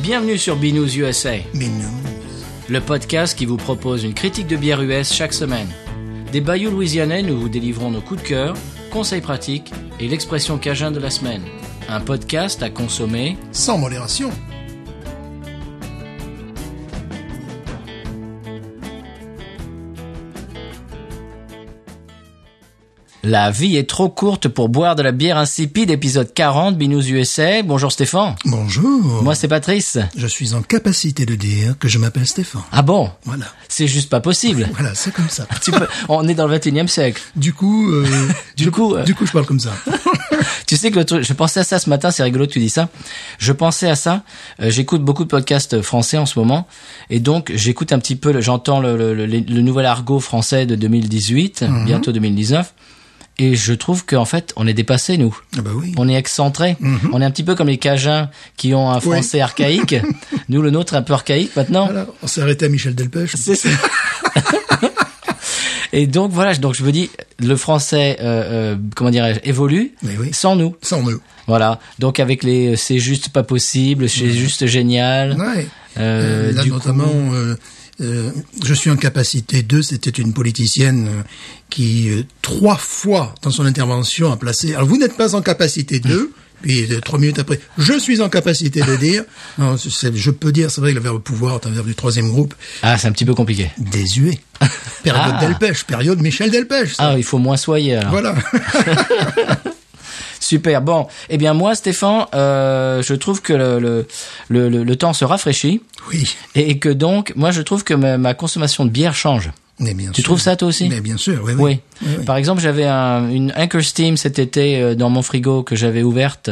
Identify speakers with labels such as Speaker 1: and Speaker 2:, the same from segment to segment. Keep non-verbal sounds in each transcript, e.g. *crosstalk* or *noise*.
Speaker 1: Bienvenue sur Binous USA,
Speaker 2: Mais non.
Speaker 1: le podcast qui vous propose une critique de bière US chaque semaine. Des bayous louisianais, nous vous délivrons nos coups de cœur, conseils pratiques et l'expression cajun de la semaine. Un podcast à consommer.
Speaker 2: Sans modération.
Speaker 1: La vie est trop courte pour boire de la bière insipide, épisode 40, Binous USA. Bonjour Stéphane.
Speaker 2: Bonjour.
Speaker 1: Moi c'est Patrice.
Speaker 2: Je suis en capacité de dire que je m'appelle Stéphane.
Speaker 1: Ah bon
Speaker 2: Voilà.
Speaker 1: C'est juste pas possible.
Speaker 2: Voilà, c'est comme ça.
Speaker 1: Ah, Tu peux- On est dans le 21 e siècle.
Speaker 2: Du coup, euh,
Speaker 1: *laughs* Du
Speaker 2: je-
Speaker 1: coup, euh,
Speaker 2: du coup, je parle
Speaker 1: *laughs*
Speaker 2: comme ça.
Speaker 1: Tu sais que le truc, je pensais à ça ce matin, c'est rigolo que tu dis ça. Je pensais à ça. euh, j'écoute beaucoup de podcasts français en ce moment, et donc j'écoute un petit peu, le- j'entends le, le, le- le nouvel argot français de 2018, bientôt 2019, et je trouve qu'en fait on est dépassé nous.
Speaker 2: Ah bah oui.
Speaker 1: On est excentré. On est un petit peu comme les Cajuns qui ont un français archaïque. Nous le nôtre est un peu archaïque maintenant.
Speaker 2: Voilà, on s'est arrêté à Michel Delpech.
Speaker 1: C'est ça. Et donc voilà, donc je me dis, le français, euh, euh, comment dirais-je, évolue
Speaker 2: Mais oui.
Speaker 1: sans nous.
Speaker 2: Sans nous.
Speaker 1: Voilà. Donc avec les euh, c'est juste pas possible, c'est juste génial.
Speaker 2: Ouais.
Speaker 1: Euh,
Speaker 2: là,
Speaker 1: du coup-
Speaker 2: notamment, euh, euh, je suis en capacité de, c'était une politicienne euh, qui, euh, trois fois dans son intervention, a placé, alors vous n'êtes pas en capacité
Speaker 1: Hum.
Speaker 2: de, puis euh, trois minutes après, je suis en capacité
Speaker 1: *laughs*
Speaker 2: de dire, Non, c'est- c'est- je peux dire, c'est vrai que le verbe pouvoir est un verbe du troisième groupe,
Speaker 1: Ah, c'est un petit peu compliqué. *laughs*
Speaker 2: désuet. Période
Speaker 1: Ah.
Speaker 2: Delpech, période Michel Delpech. ça.
Speaker 1: Ah, il faut moins soyer alors.
Speaker 2: Voilà. *laughs*
Speaker 1: Super. Bon, eh bien moi, Stéphane, euh, je trouve que le, le, le, le- le temps se rafraîchit
Speaker 2: oui.
Speaker 1: et que donc, moi, je trouve que ma, ma consommation de bière change.
Speaker 2: Mais bien
Speaker 1: Tu
Speaker 2: sûr.
Speaker 1: trouves ça, toi aussi
Speaker 2: Mais bien sûr, oui.
Speaker 1: Oui.
Speaker 2: Oui. Oui, oui.
Speaker 1: Par exemple, j'avais un, une Anchor Steam cet été euh, dans mon frigo que j'avais ouverte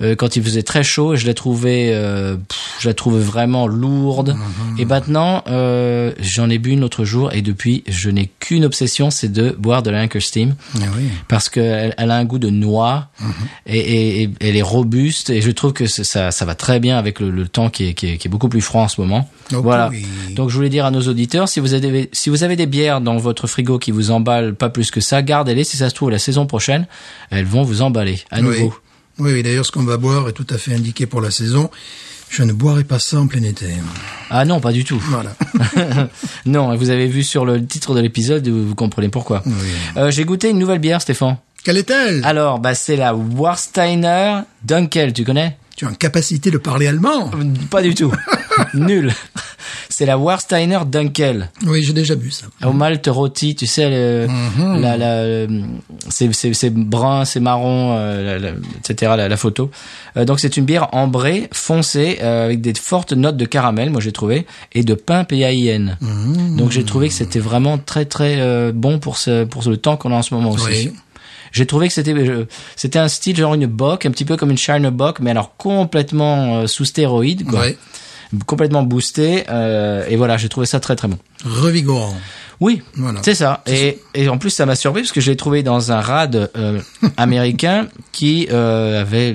Speaker 1: euh, quand il faisait très chaud et je la trouvais, euh, pff, je la trouvais vraiment lourde.
Speaker 2: Mhm.
Speaker 1: Et maintenant, euh, j'en ai bu une l'autre jour et depuis, je n'ai qu'une obsession, c'est de boire de la Anchor Steam
Speaker 2: Ah oui.
Speaker 1: parce qu'elle elle a un goût de noix
Speaker 2: Mhm.
Speaker 1: et, et- et elle est robuste et je trouve que c'est- ça, ça va très bien avec le, le temps qui est, qui, est, qui est beaucoup plus froid en ce moment.
Speaker 2: Ok.
Speaker 1: Voilà. Donc je voulais dire à nos auditeurs, si vous avez si vous avez des bières dans votre frigo qui vous emballent pas plus que ça, gardez-les. Si ça se trouve la saison prochaine, elles vont vous emballer à
Speaker 2: Oui.
Speaker 1: nouveau.
Speaker 2: Oui, oui, d'ailleurs, ce qu'on va boire est tout à fait indiqué pour la saison. Je ne boirai pas ça en plein été.
Speaker 1: Ah non, pas du tout.
Speaker 2: Voilà.
Speaker 1: non, hein, vous avez vu sur le titre de l'épisode, vous, vous comprenez pourquoi.
Speaker 2: *laughs* Oui.
Speaker 1: Euh, J'ai goûté une nouvelle bière, Stéphane.
Speaker 2: Quelle est-elle
Speaker 1: Alors, bah c'est la Warsteiner Dunkel, tu connais
Speaker 2: Tu as une capacité de parler allemand
Speaker 1: Pas du tout. Nul. C'est la Warsteiner Dunkel.
Speaker 2: Oui, j'ai déjà bu ça.
Speaker 1: Au malt rôti, tu sais, le,
Speaker 2: Mhm.
Speaker 1: la, la, euh, c'est, c'est, c'est brun, c'est marron, euh, la- la- etc. La, la photo. Euh, donc c'est une bière ambrée, foncée, euh, avec des fortes notes de caramel, moi j'ai trouvé, et de pain PAIN. Donc j'ai trouvé que c'était vraiment très très euh, bon pour ce pour le temps qu'on a en ce moment aussi.
Speaker 2: Oui.
Speaker 1: J'ai trouvé que c'était euh, c'était un style genre une bock, un petit peu comme une Shiner bock, mais alors complètement euh, sous stéroïde, quoi.
Speaker 2: Ouais.
Speaker 1: complètement boosté. euh, et voilà, j'ai trouvé ça très très bon.
Speaker 2: Revigorant.
Speaker 1: Oui,
Speaker 2: Voilà.
Speaker 1: c'est ça. Et, et en plus, ça m'a surpris parce que je l'ai trouvé dans un rad
Speaker 2: *laughs*
Speaker 1: euh, américain qui euh, avait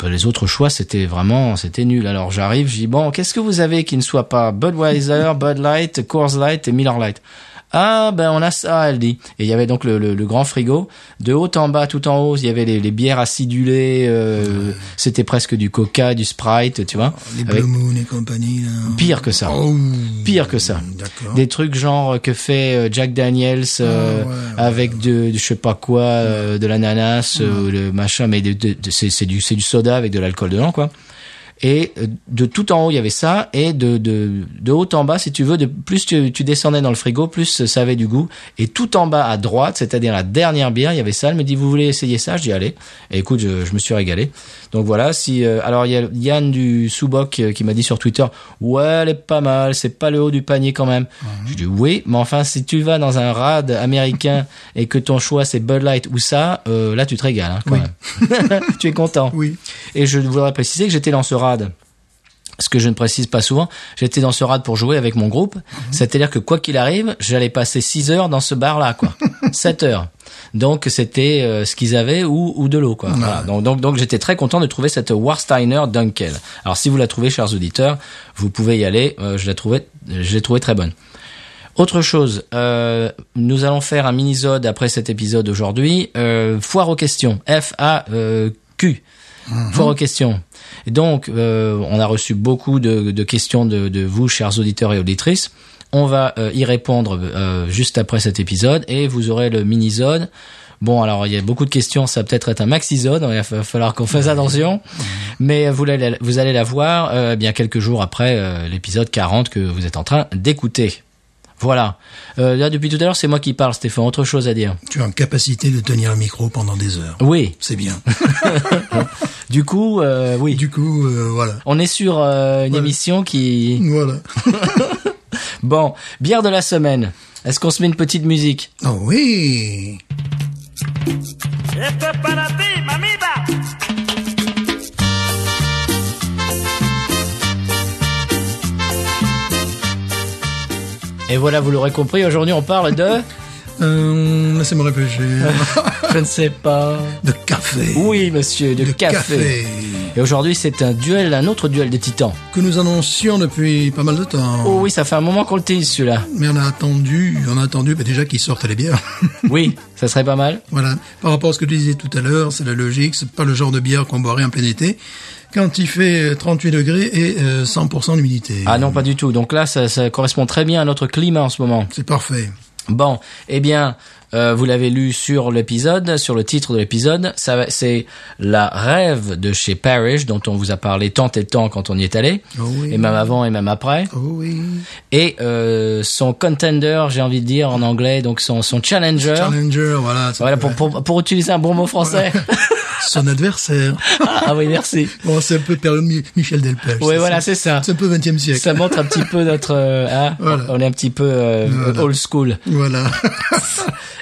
Speaker 1: bah, les autres choix, c'était vraiment, c'était nul. Alors j'arrive, je dis bon, qu'est-ce que vous avez qui ne soit pas
Speaker 2: *laughs*
Speaker 1: Budweiser, Bud Light, Coors Light et Miller Light Ah ben on a ça, elle dit. Et il y avait donc le, le- le grand frigo, de haut en bas, tout en haut, il y avait les, les bières acidulées, euh, c'était presque du Coca, du Sprite, tu vois.
Speaker 2: Les
Speaker 1: Avec-
Speaker 2: Blue Moon et compagnie. là.
Speaker 1: Pire que ça.
Speaker 2: Oh.
Speaker 1: Pire que ça.
Speaker 2: D'accord.
Speaker 1: Des trucs genre que fait euh, Jack Daniels euh,
Speaker 2: Ah, ouais, ouais,
Speaker 1: avec de, de je sais pas quoi, euh, de l'ananas, euh, le machin, mais de, de- de- c'est c'est du c'est du soda avec de l'alcool dedans quoi. Et euh, de tout en haut il y avait ça et de de, de haut en bas si tu veux, de plus tu, tu descendais dans le frigo, plus ça avait du goût. Et tout en bas à droite, c'est-à-dire la dernière bière, il y avait ça. Elle me dit vous voulez essayer ça Je dis allez. Et écoute, je, je me suis régalé. Donc voilà. Si euh, alors il y a Yann du Souboc euh, qui m'a dit sur Twitter ouais elle est pas mal, c'est pas le haut du panier quand même. Je dis oui, mais enfin si tu vas dans un rad américain et que ton choix c'est Bud Light ou ça, euh, là tu te régales hein, quand même. *laughs* tu es content.
Speaker 2: Oui.
Speaker 1: Et je voudrais préciser que j'étais dans ce rad. Ce que je ne précise pas souvent, j'étais dans ce rad pour jouer avec mon groupe. C'est-à-dire que quoi qu'il arrive, j'allais passer 6 heures dans ce bar-là, quoi. 7 heures. Donc c'était euh, ce qu'ils avaient ou, ou de l'eau, quoi. Voilà. Donc, donc, donc j'étais très content de trouver cette Warsteiner Dunkel. Alors si vous la trouvez, chers auditeurs, vous pouvez y aller. Euh, je la trouvais, je l'ai trouvée très bonne. Autre chose, euh, nous allons faire un mini-zode après cet épisode aujourd'hui. Euh, foire aux questions, F-A-Q. Fort aux questions. Et donc, euh, on a reçu beaucoup de, de questions de, de vous, chers auditeurs et auditrices. On va euh, y répondre euh, juste après cet épisode et vous aurez le mini-zone. Bon, alors il y a beaucoup de questions, ça va peut-être être un maxi-zone, il va fa- falloir qu'on fasse attention. Mais vous allez, la- vous allez la voir euh, eh bien quelques jours après euh, l'épisode 40 que vous êtes en train d'écouter. Voilà. Euh, là, depuis tout à l'heure, c'est moi qui parle, Stéphane. Autre chose à dire
Speaker 2: Tu as en capacité de tenir un micro pendant des heures.
Speaker 1: Oui.
Speaker 2: C'est bien.
Speaker 1: Du coup, euh, oui.
Speaker 2: du coup, euh, voilà.
Speaker 1: On est sur euh, une
Speaker 2: Voilà.
Speaker 1: émission qui...
Speaker 2: Voilà.
Speaker 1: Bon, bière de la semaine. Est-ce qu'on se met une petite musique
Speaker 2: Oh oui
Speaker 3: Esto es para ti, mamita.
Speaker 1: Et voilà, vous l'aurez compris, aujourd'hui on parle de... *laughs*
Speaker 2: euh, Laissez-moi réfléchir.
Speaker 1: Je ne sais pas.
Speaker 2: de café.
Speaker 1: Oui, monsieur, de,
Speaker 2: de
Speaker 1: café. Et aujourd'hui, c'est un duel, un autre duel des titans.
Speaker 2: Que nous annoncions depuis pas mal de temps.
Speaker 1: Oh oui, ça fait un moment qu'on le tease, *laughs* celui-là.
Speaker 2: Mais on a attendu, on a attendu bah, déjà qu'ils sortent les bières. *laughs*
Speaker 1: Oui, ça serait pas mal.
Speaker 2: Voilà. Par rapport à ce que tu disais tout à l'heure, c'est la logique, c'est pas le genre de bière qu'on boirait en plein été quand il fait euh, 38 degrés et euh, 100% d'humidité.
Speaker 1: Ah non, pas du tout. Donc là, ça, ça correspond très bien à notre climat en ce moment.
Speaker 2: C'est parfait.
Speaker 1: Bon, eh bien, euh, vous l'avez lu sur l'épisode, sur le titre de l'épisode. Ça, va- c'est la rêve de chez Parrish, dont on vous a parlé tant et tant quand on y est allé,
Speaker 2: Oh oui.
Speaker 1: et même avant et même après.
Speaker 2: Oh oui.
Speaker 1: Et euh, son contender, j'ai envie de dire en anglais, donc son, son challenger.
Speaker 2: Challenger, voilà. c'est
Speaker 1: Voilà
Speaker 2: vrai.
Speaker 1: pour, pour, pour utiliser un bon mot français.
Speaker 2: Son adversaire.
Speaker 1: *laughs* ah oui,
Speaker 2: *laughs*
Speaker 1: merci.
Speaker 2: Bon, c'est un peu période Mi- Michel Delpech.
Speaker 1: Oui,
Speaker 2: c'est
Speaker 1: voilà,
Speaker 2: ça.
Speaker 1: c'est ça.
Speaker 2: C'est un peu 20 e siècle.
Speaker 1: Ça montre un petit peu notre. euh, hein,
Speaker 2: Voilà.
Speaker 1: On est un petit peu euh,
Speaker 2: Voilà.
Speaker 1: old school.
Speaker 2: Voilà. *laughs*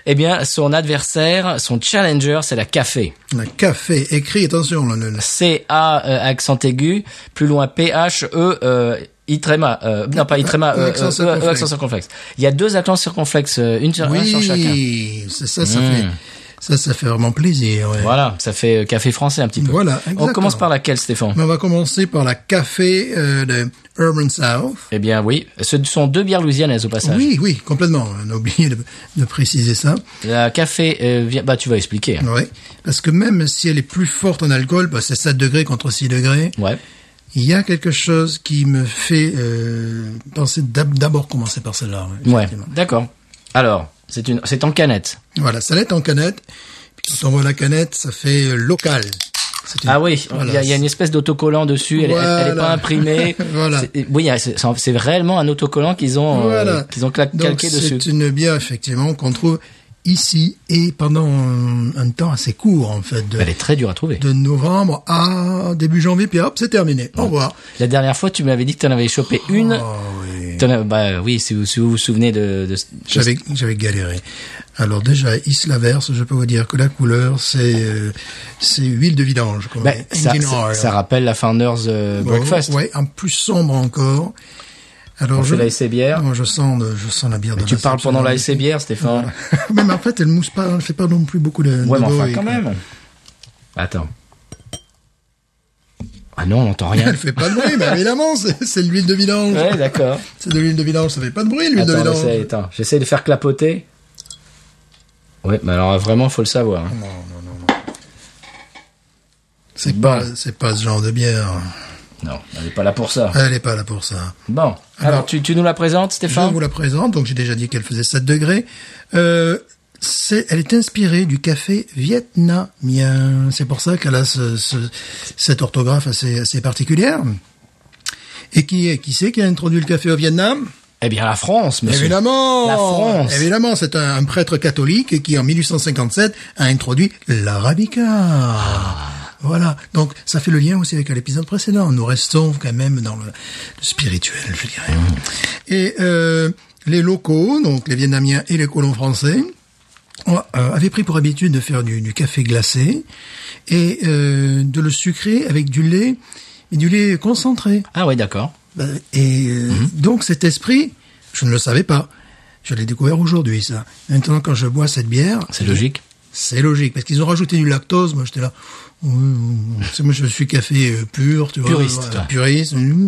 Speaker 1: Eh bien, son adversaire, son challenger, c'est la café.
Speaker 2: Un café écrit, attention, là, le- le-
Speaker 1: C-A euh, accent aigu, plus loin P-H-E, euh, I tréma, euh, non pas I tréma,
Speaker 2: E-
Speaker 1: euh,
Speaker 2: accent
Speaker 1: euh,
Speaker 2: circonflexe.
Speaker 1: E- accent circonflexe. Il y a deux accents circonflexes, euh, une sur, un sur chacun.
Speaker 2: Oui, c'est ça, ça
Speaker 1: Mm.
Speaker 2: fait, ça, ça fait vraiment plaisir, ouais.
Speaker 1: Voilà, ça fait euh, café français un petit peu.
Speaker 2: Voilà,
Speaker 1: On
Speaker 2: exactement.
Speaker 1: commence par laquelle, Stéphane
Speaker 2: Mais on va commencer par la café euh, de Urban South.
Speaker 1: Eh bien oui, ce sont deux bières louisianaises au passage.
Speaker 2: Oui, oui, complètement. On a oublié de, de préciser ça.
Speaker 1: La café, euh, vi- bah tu vas expliquer.
Speaker 2: Ouais. Parce que même si elle est plus forte en alcool, bah, c'est 7 degrés contre 6 degrés,
Speaker 1: Ouais.
Speaker 2: il y a quelque chose qui me fait euh, penser d'ab- d'abord commencer par celle-là. ouais,
Speaker 1: Ouais.
Speaker 2: effectivement.
Speaker 1: D'accord. Alors, c'est une, c'est en canette.
Speaker 2: Voilà, ça l'est en canette. Puis quand on voit la canette, ça fait euh, local. C'est une-
Speaker 1: Ah oui, il
Speaker 2: voilà,
Speaker 1: y, a, il y a une espèce d'autocollant dessus. Elle, elle- elle est
Speaker 2: Voilà.
Speaker 1: pas imprimée.
Speaker 2: *laughs* Voilà.
Speaker 1: C'est- Oui, il y a- c'est c'est vraiment un autocollant qu'ils ont, euh,
Speaker 2: Voilà.
Speaker 1: qu'ils ont cla-
Speaker 2: Donc,
Speaker 1: calqué dessus.
Speaker 2: C'est une bière effectivement qu'on trouve ici et pendant un, un temps assez court en fait, de,
Speaker 1: Elle est très dure à trouver.
Speaker 2: de novembre à début janvier, puis hop, c'est terminé. Au revoir.
Speaker 1: La dernière fois, tu m'avais dit que tu en avais chopé
Speaker 2: Oh.
Speaker 1: une. T'en as- bah oui, si vous, si vous vous souvenez de. de- de-
Speaker 2: J'avais, j'avais galéré. Alors déjà, Isla Verse, je peux vous dire que la couleur, c'est, euh, c'est huile de vidange. qu'on
Speaker 1: Bah,
Speaker 2: met,
Speaker 1: ça,
Speaker 2: engine
Speaker 1: ça,
Speaker 2: oil.
Speaker 1: ça rappelle la Founders euh,
Speaker 2: Bon,
Speaker 1: Breakfast.
Speaker 2: Ouais, un plus sombre encore. Alors
Speaker 1: On fait la essai bière.
Speaker 2: Non, je sens, de- je sens la bière. de
Speaker 1: Tu
Speaker 2: la
Speaker 1: parles pendant la
Speaker 2: Sainte-Solange.
Speaker 1: SC bière, Stéphane.
Speaker 2: *laughs* Même en fait, elle mousse pas, elle fait pas non plus beaucoup de.
Speaker 1: Ouais,
Speaker 2: de
Speaker 1: mais enfin,
Speaker 2: bruit,
Speaker 1: quand
Speaker 2: quoi.
Speaker 1: même. Attends. Ah non, on n'entend rien.
Speaker 2: Elle fait pas de bruit, mais évidemment, c'est c'est de l'huile de vidange.
Speaker 1: *laughs* ouais,
Speaker 2: *laughs*
Speaker 1: d'accord.
Speaker 2: C'est de l'huile de vidange, ça fait pas de bruit, l'huile de
Speaker 1: Attends, on
Speaker 2: vidange.
Speaker 1: essaie, attends. J'essaie de faire clapoter. Ouais, mais alors vraiment, faut le savoir.
Speaker 2: Ah,
Speaker 1: hein.
Speaker 2: C'est pas, c'est pas ce genre de bière.
Speaker 1: Non, on n'est pas là pour ça.
Speaker 2: Elle est pas là pour ça.
Speaker 1: Bon, alors,
Speaker 2: Alors,
Speaker 1: tu, tu nous la présentes,
Speaker 2: Ah. Je
Speaker 1: Stéphane
Speaker 2: vous la présente, donc j'ai déjà dit qu'elle faisait 7 degrés. Euh, c'est, elle est inspirée du café vietnamien. C'est pour ça qu'elle a ce, ce- cette orthographe assez, assez particulière. Et qui, est- qui c'est qui a introduit le café au Vietnam
Speaker 1: Eh bien, la France, monsieur.
Speaker 2: Évidemment
Speaker 1: La France.
Speaker 2: Évidemment, c'est un, un prêtre catholique qui, en 1857, a introduit l'arabica.
Speaker 1: Ah.
Speaker 2: Voilà, donc ça fait le lien aussi avec l'épisode précédent. Nous restons quand même dans le, le spirituel, je dirais.
Speaker 1: Mm.
Speaker 2: Et euh, les locaux, donc les Vietnamiens et les colons français, on, euh, avait pris pour habitude de faire du, du café glacé et euh, de le sucrer avec du lait, mais du lait concentré.
Speaker 1: Ah oui, d'accord.
Speaker 2: Ben, Et euh, donc cet esprit, je ne le savais pas. Je l'ai découvert aujourd'hui, ça. Maintenant, quand je bois cette bière,
Speaker 1: C'est logique.
Speaker 2: c'est logique. Parce qu'ils ont rajouté du lactose. Moi, j'étais là. Oui, oui, oui. Parce que moi, je suis café euh, pur, tu vois.
Speaker 1: Puriste,
Speaker 2: voilà,
Speaker 1: toi.
Speaker 2: puriste. Du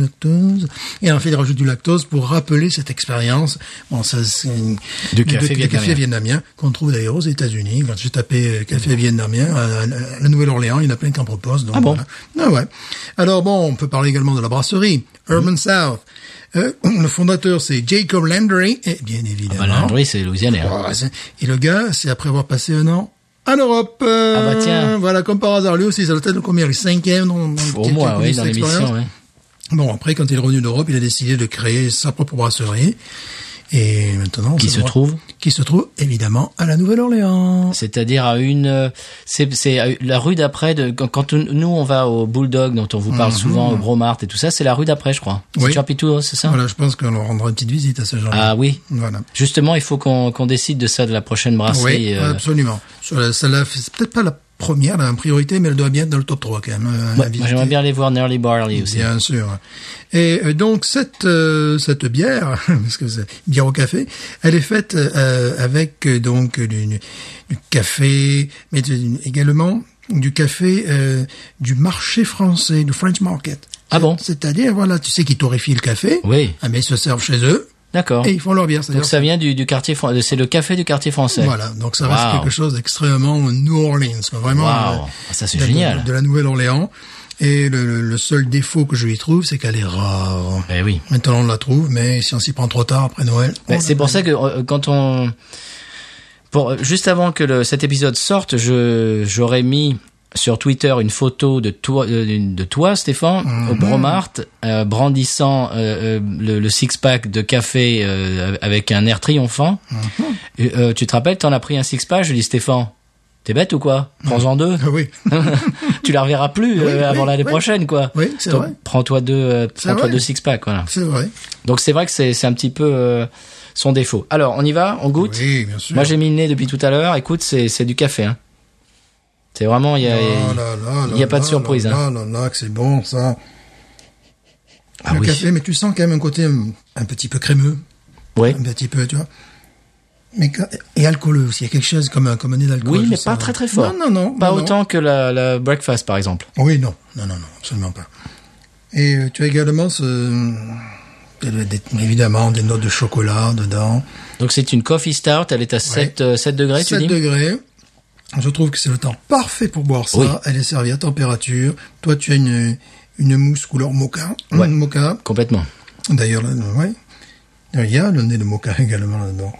Speaker 2: lactose. Et en fait, il rajoute du lactose pour rappeler cette expérience. Bon, ça, c'est une-
Speaker 1: Du café vietnamien.
Speaker 2: vietnamien qu'on trouve d'ailleurs aux États-Unis. Quand j'ai tapé euh, café vietnamien à, à- à la Nouvelle-Orléans, il y en a plein qui en proposent. Donc
Speaker 1: Ah bon
Speaker 2: voilà. Ah ouais. Alors bon, on peut parler également de la brasserie Urban
Speaker 1: Mmh.
Speaker 2: South. Euh, *clears throat* le fondateur, c'est Jacob Landry, et bien évidemment.
Speaker 1: Bah, Landry, c'est Louisianais. hein.
Speaker 2: Oh, c'est- Et le gars, c'est après avoir passé un an en Europe. euh,
Speaker 1: Ah bah tiens.
Speaker 2: Voilà, comme par hasard, lui aussi, il a la tête de combien Le cinquième dans, dans-
Speaker 1: Au
Speaker 2: qui- qui a
Speaker 1: moins,
Speaker 2: connu
Speaker 1: oui,
Speaker 2: cette
Speaker 1: dans
Speaker 2: expérience.
Speaker 1: l'émission, ouais.
Speaker 2: Bon, après, quand il est revenu d'Europe, il a décidé de créer sa propre brasserie. Et maintenant...
Speaker 1: Qui
Speaker 2: c'est
Speaker 1: se
Speaker 2: moi-
Speaker 1: trouve
Speaker 2: Qui se trouve, évidemment, à la Nouvelle-Orléans.
Speaker 1: C'est-à-dire à une, euh, c'est c'est à la rue d'après de quand, quand nous on va au Bulldog dont on vous parle souvent au Bromart et tout ça, c'est la rue d'après je crois.
Speaker 2: Mhm. Oui.
Speaker 1: C'est Chapitou, c'est ça
Speaker 2: Voilà, je pense qu'on leur rendra une petite visite à ce genre
Speaker 1: Ah oui.
Speaker 2: Voilà.
Speaker 1: Justement, il faut qu'on qu'on décide de ça de la prochaine brasserie.
Speaker 2: oui,
Speaker 1: euh,
Speaker 2: absolument. Sur la- Celle-là, c'est peut-être pas la première, la priorité, mais elle doit bien être dans le top 3 quand même. euh, à
Speaker 1: moi,
Speaker 2: visiter.
Speaker 1: J'aimerais bien aller voir Nearly Barley aussi.
Speaker 2: Bien sûr. Et euh, donc cette euh, cette bière, *laughs* parce que c'est bière au café, elle est faite euh, avec euh, donc du, du du café, mais du- également du café euh, du marché français, du French market.
Speaker 1: Ah bon
Speaker 2: C'est-à-dire voilà, tu sais qu'ils torréfient le café,
Speaker 1: Oui.
Speaker 2: ah, mais ils se servent chez eux
Speaker 1: D'accord.
Speaker 2: et ils font leur bière. C'est-à-dire
Speaker 1: Donc ça vient du, du quartier, fran- c'est le café du quartier français.
Speaker 2: Voilà, donc ça reste
Speaker 1: Wow.
Speaker 2: quelque chose d'extrêmement New Orleans, quoi, vraiment.
Speaker 1: Wow.
Speaker 2: euh,
Speaker 1: Ah, ça, c'est
Speaker 2: de-
Speaker 1: génial.
Speaker 2: De, la Nouvelle-Orléans. Et le, le- le seul défaut que je lui trouve, c'est qu'elle est rare.
Speaker 1: Eh oui.
Speaker 2: Maintenant, on la trouve, mais si on s'y prend trop tard après Noël.
Speaker 1: Ben,
Speaker 2: on
Speaker 1: c'est
Speaker 2: la-
Speaker 1: pour ça que euh, quand on pour euh, juste avant que le- cet épisode sorte, je j'aurais mis sur Twitter une photo de toi euh, d'une- de toi Stéphane
Speaker 2: Mhm.
Speaker 1: au Bromart euh, brandissant euh, euh, le, le six pack de café euh, avec un air triomphant.
Speaker 2: Mhm.
Speaker 1: Et, euh, tu te rappelles, t'en as pris un six pack, je dis Stéphane, t'es bête ou quoi Prends-en deux.
Speaker 2: *laughs* Ah oui,
Speaker 1: tu la reverras plus euh,
Speaker 2: *laughs* Oui, oui,
Speaker 1: avant l'année
Speaker 2: oui.
Speaker 1: prochaine quoi.
Speaker 2: Oui, c'est
Speaker 1: Donc,
Speaker 2: vrai.
Speaker 1: Prends-toi deux, euh,
Speaker 2: C'est
Speaker 1: prends-toi
Speaker 2: vrai.
Speaker 1: deux six pack voilà.
Speaker 2: c'est vrai.
Speaker 1: Donc c'est vrai que c'est c'est un petit peu euh, son défaut. Alors on y va, on goûte.
Speaker 2: Oui, bien sûr.
Speaker 1: Moi j'ai mis le nez depuis tout à l'heure. Écoute, c'est c'est du café. hein. C'est vraiment il y a.
Speaker 2: Oh là là
Speaker 1: il y a
Speaker 2: là
Speaker 1: pas de
Speaker 2: là
Speaker 1: surprise, hein.
Speaker 2: Là, là, là, que c'est bon, ça.
Speaker 1: Ah
Speaker 2: le
Speaker 1: oui.
Speaker 2: café, mais tu sens quand même un côté hum, un petit peu crémeux.
Speaker 1: Ouais.
Speaker 2: Un petit peu, tu vois. Mais, quand- et alcooleux aussi. Il y a quelque chose comme un, comme un nez d'alcool.
Speaker 1: Oui,
Speaker 2: je
Speaker 1: mais
Speaker 2: sens.
Speaker 1: pas très très fort.
Speaker 2: Non, non, non.
Speaker 1: Pas
Speaker 2: non, non.
Speaker 1: autant que la, la breakfast par exemple.
Speaker 2: Oui, non, non, non, non, absolument pas. Et euh, tu as également ce, ça doit être, évidemment des notes de chocolat dedans.
Speaker 1: Donc c'est une coffee start. Elle est à 7, euh, 7 degrés. tu
Speaker 2: 7
Speaker 1: dis
Speaker 2: degrés. Je trouve que c'est le temps parfait pour boire ça.
Speaker 1: Oui.
Speaker 2: Elle est servie à température. Toi, tu as une, une mousse couleur mocha.
Speaker 1: Ouais.
Speaker 2: Mocha.
Speaker 1: Complètement.
Speaker 2: D'ailleurs, là, ouais. Il y a le nez de mocha *laughs* également là-dedans.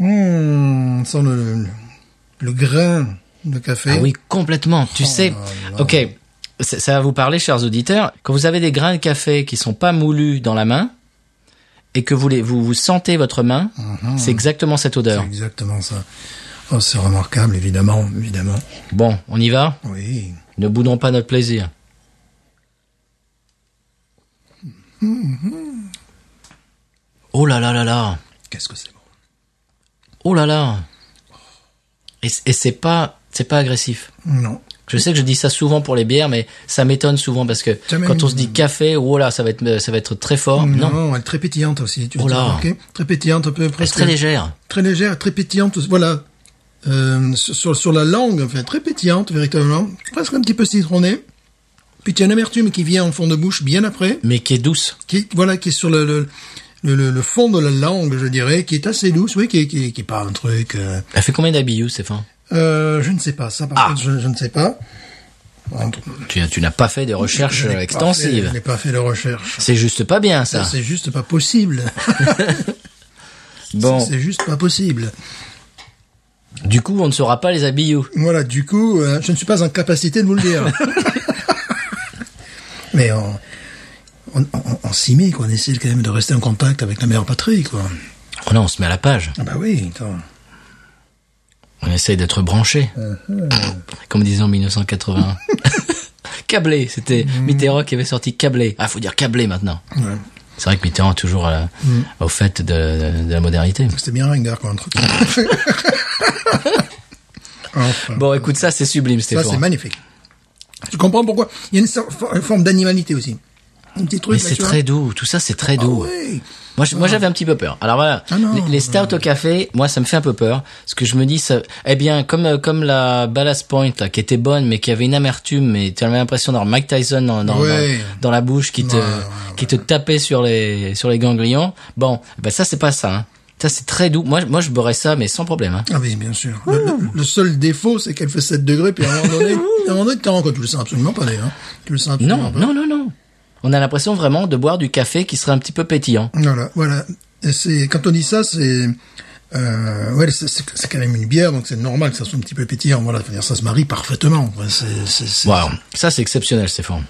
Speaker 2: Hum, sans le, le, le grain de café.
Speaker 1: Ah oui, complètement. Tu sais,
Speaker 2: Oh là là.
Speaker 1: ok, ça ça va vous parler, chers auditeurs. Quand vous avez des grains de café qui sont pas moulus dans la main et que vous les, vous, vous sentez votre main, c'est exactement cette odeur.
Speaker 2: Mhm. C'est exactement ça. Oh, c'est remarquable, évidemment, évidemment.
Speaker 1: Bon, on y va.
Speaker 2: Oui.
Speaker 1: Ne boudons pas notre plaisir. Oh là là là là.
Speaker 2: Qu'est-ce que c'est bon.
Speaker 1: Oh là là. Et, c- et c'est pas, c'est pas agressif.
Speaker 2: Non.
Speaker 1: Je sais que je dis ça souvent pour les bières, mais ça m'étonne souvent parce que
Speaker 2: Ça m'étonne.
Speaker 1: quand on se dit café, oh là, ça va être, ça va être très fort.
Speaker 2: Non,
Speaker 1: Non,
Speaker 2: elle est très pétillante aussi. Tu
Speaker 1: Oh là.
Speaker 2: l'as remarqué Très pétillante, un peu
Speaker 1: elle est
Speaker 2: presque.
Speaker 1: très légère.
Speaker 2: Très légère, très pétillante. Voilà. Euh, sur, sur la langue, enfin, très pétillante, véritablement. Presque un petit peu citronnée. Puis tu as une amertume qui vient en fond de bouche bien après.
Speaker 1: Mais qui est douce.
Speaker 2: Qui, voilà, qui est sur le, le, le, le- le fond de la langue, je dirais, qui est assez douce, oui, qui est, qui est- qui est pas un truc... euh,
Speaker 1: Elle fait combien hein d'habillus, Stéphane
Speaker 2: euh, je ne sais pas, ça par
Speaker 1: Ah.
Speaker 2: contre, je, je ne sais pas. En tout-
Speaker 1: Tu, tu n'as pas fait de recherche
Speaker 2: Je n'ai pas fait- Je
Speaker 1: extensive.
Speaker 2: n'ai pas fait de recherche.
Speaker 1: C'est juste pas bien, ça.
Speaker 2: C'est juste pas possible.
Speaker 1: Bon,
Speaker 2: *laughs* C'est juste pas possible.
Speaker 1: du coup, on ne saura pas les habillus.
Speaker 2: Voilà, du coup, euh, je ne suis pas en capacité de vous
Speaker 1: *laughs*
Speaker 2: le dire. Mais on, on, on- on s'y met, quoi. On essaie quand même de rester en contact avec la meilleure patrie, quoi.
Speaker 1: Oh là, on se met à la page.
Speaker 2: Ah bah oui, attends.
Speaker 1: On essaye d'être branché.
Speaker 2: Uh-huh.
Speaker 1: Comme disait en 1981. *laughs* câblé, c'était Mitterrand qui avait sorti câblé. Ah, faut dire câblé maintenant.
Speaker 2: Mm. Ouais. Mm.
Speaker 1: C'est vrai que Mitterrand est toujours à la- au fait de, de la modernité.
Speaker 2: C'était bien ringard,
Speaker 1: *laughs*
Speaker 2: quoi, entre Enfin,
Speaker 1: Bon, écoute, ça c'est sublime,
Speaker 2: ça, c'est
Speaker 1: Stéphane.
Speaker 2: magnifique. Tu comprends pourquoi Il y a une, sor- for- une forme d'animalité aussi. un petit truc.
Speaker 1: Mais
Speaker 2: là,
Speaker 1: c'est
Speaker 2: tu vois.
Speaker 1: très doux. Tout ça, c'est très
Speaker 2: Ah
Speaker 1: doux.
Speaker 2: oui.
Speaker 1: Moi, je- moi, j'avais un petit peu peur. Alors voilà,
Speaker 2: Ah non,
Speaker 1: les, les stouts au café, moi, ça me fait un peu peur. Parce que je me dis, ça, eh bien, comme euh, comme la Ballast Point, là, qui était bonne, mais qui avait une amertume, mais tu avais l'impression d'avoir Mike Tyson dans, dans,
Speaker 2: Ouais.
Speaker 1: dans, dans la bouche qui te
Speaker 2: Ouais, ouais,
Speaker 1: qui te tapait sur les sur les ganglions. Bon, bah ça, c'est pas ça. hein. Ça, c'est très doux. Moi, je- moi, je boirais ça, mais sans problème. hein.
Speaker 2: Ah oui, bien sûr. Le, le- le seul défaut, c'est qu'elle fait 7 degrés, puis à un
Speaker 1: *laughs*
Speaker 2: moment donné, à un moment donné, t'es en- tu le sens absolument pas, d'ailleurs. hein. Tu le sens absolument
Speaker 1: Ah Non,
Speaker 2: pas.
Speaker 1: non, non, non. On a l'impression vraiment de boire du café qui serait un petit peu pétillant.
Speaker 2: Voilà, voilà. Et C'est quand on dit ça, c'est euh, ouais, c'est- c'est c'est quand même une bière, donc c'est normal que ça soit un petit peu pétillant. Voilà, Enfin, ça se marie parfaitement. quoi. C'est c'est- c'est-
Speaker 1: Waouh, ça c'est exceptionnel Stéphane.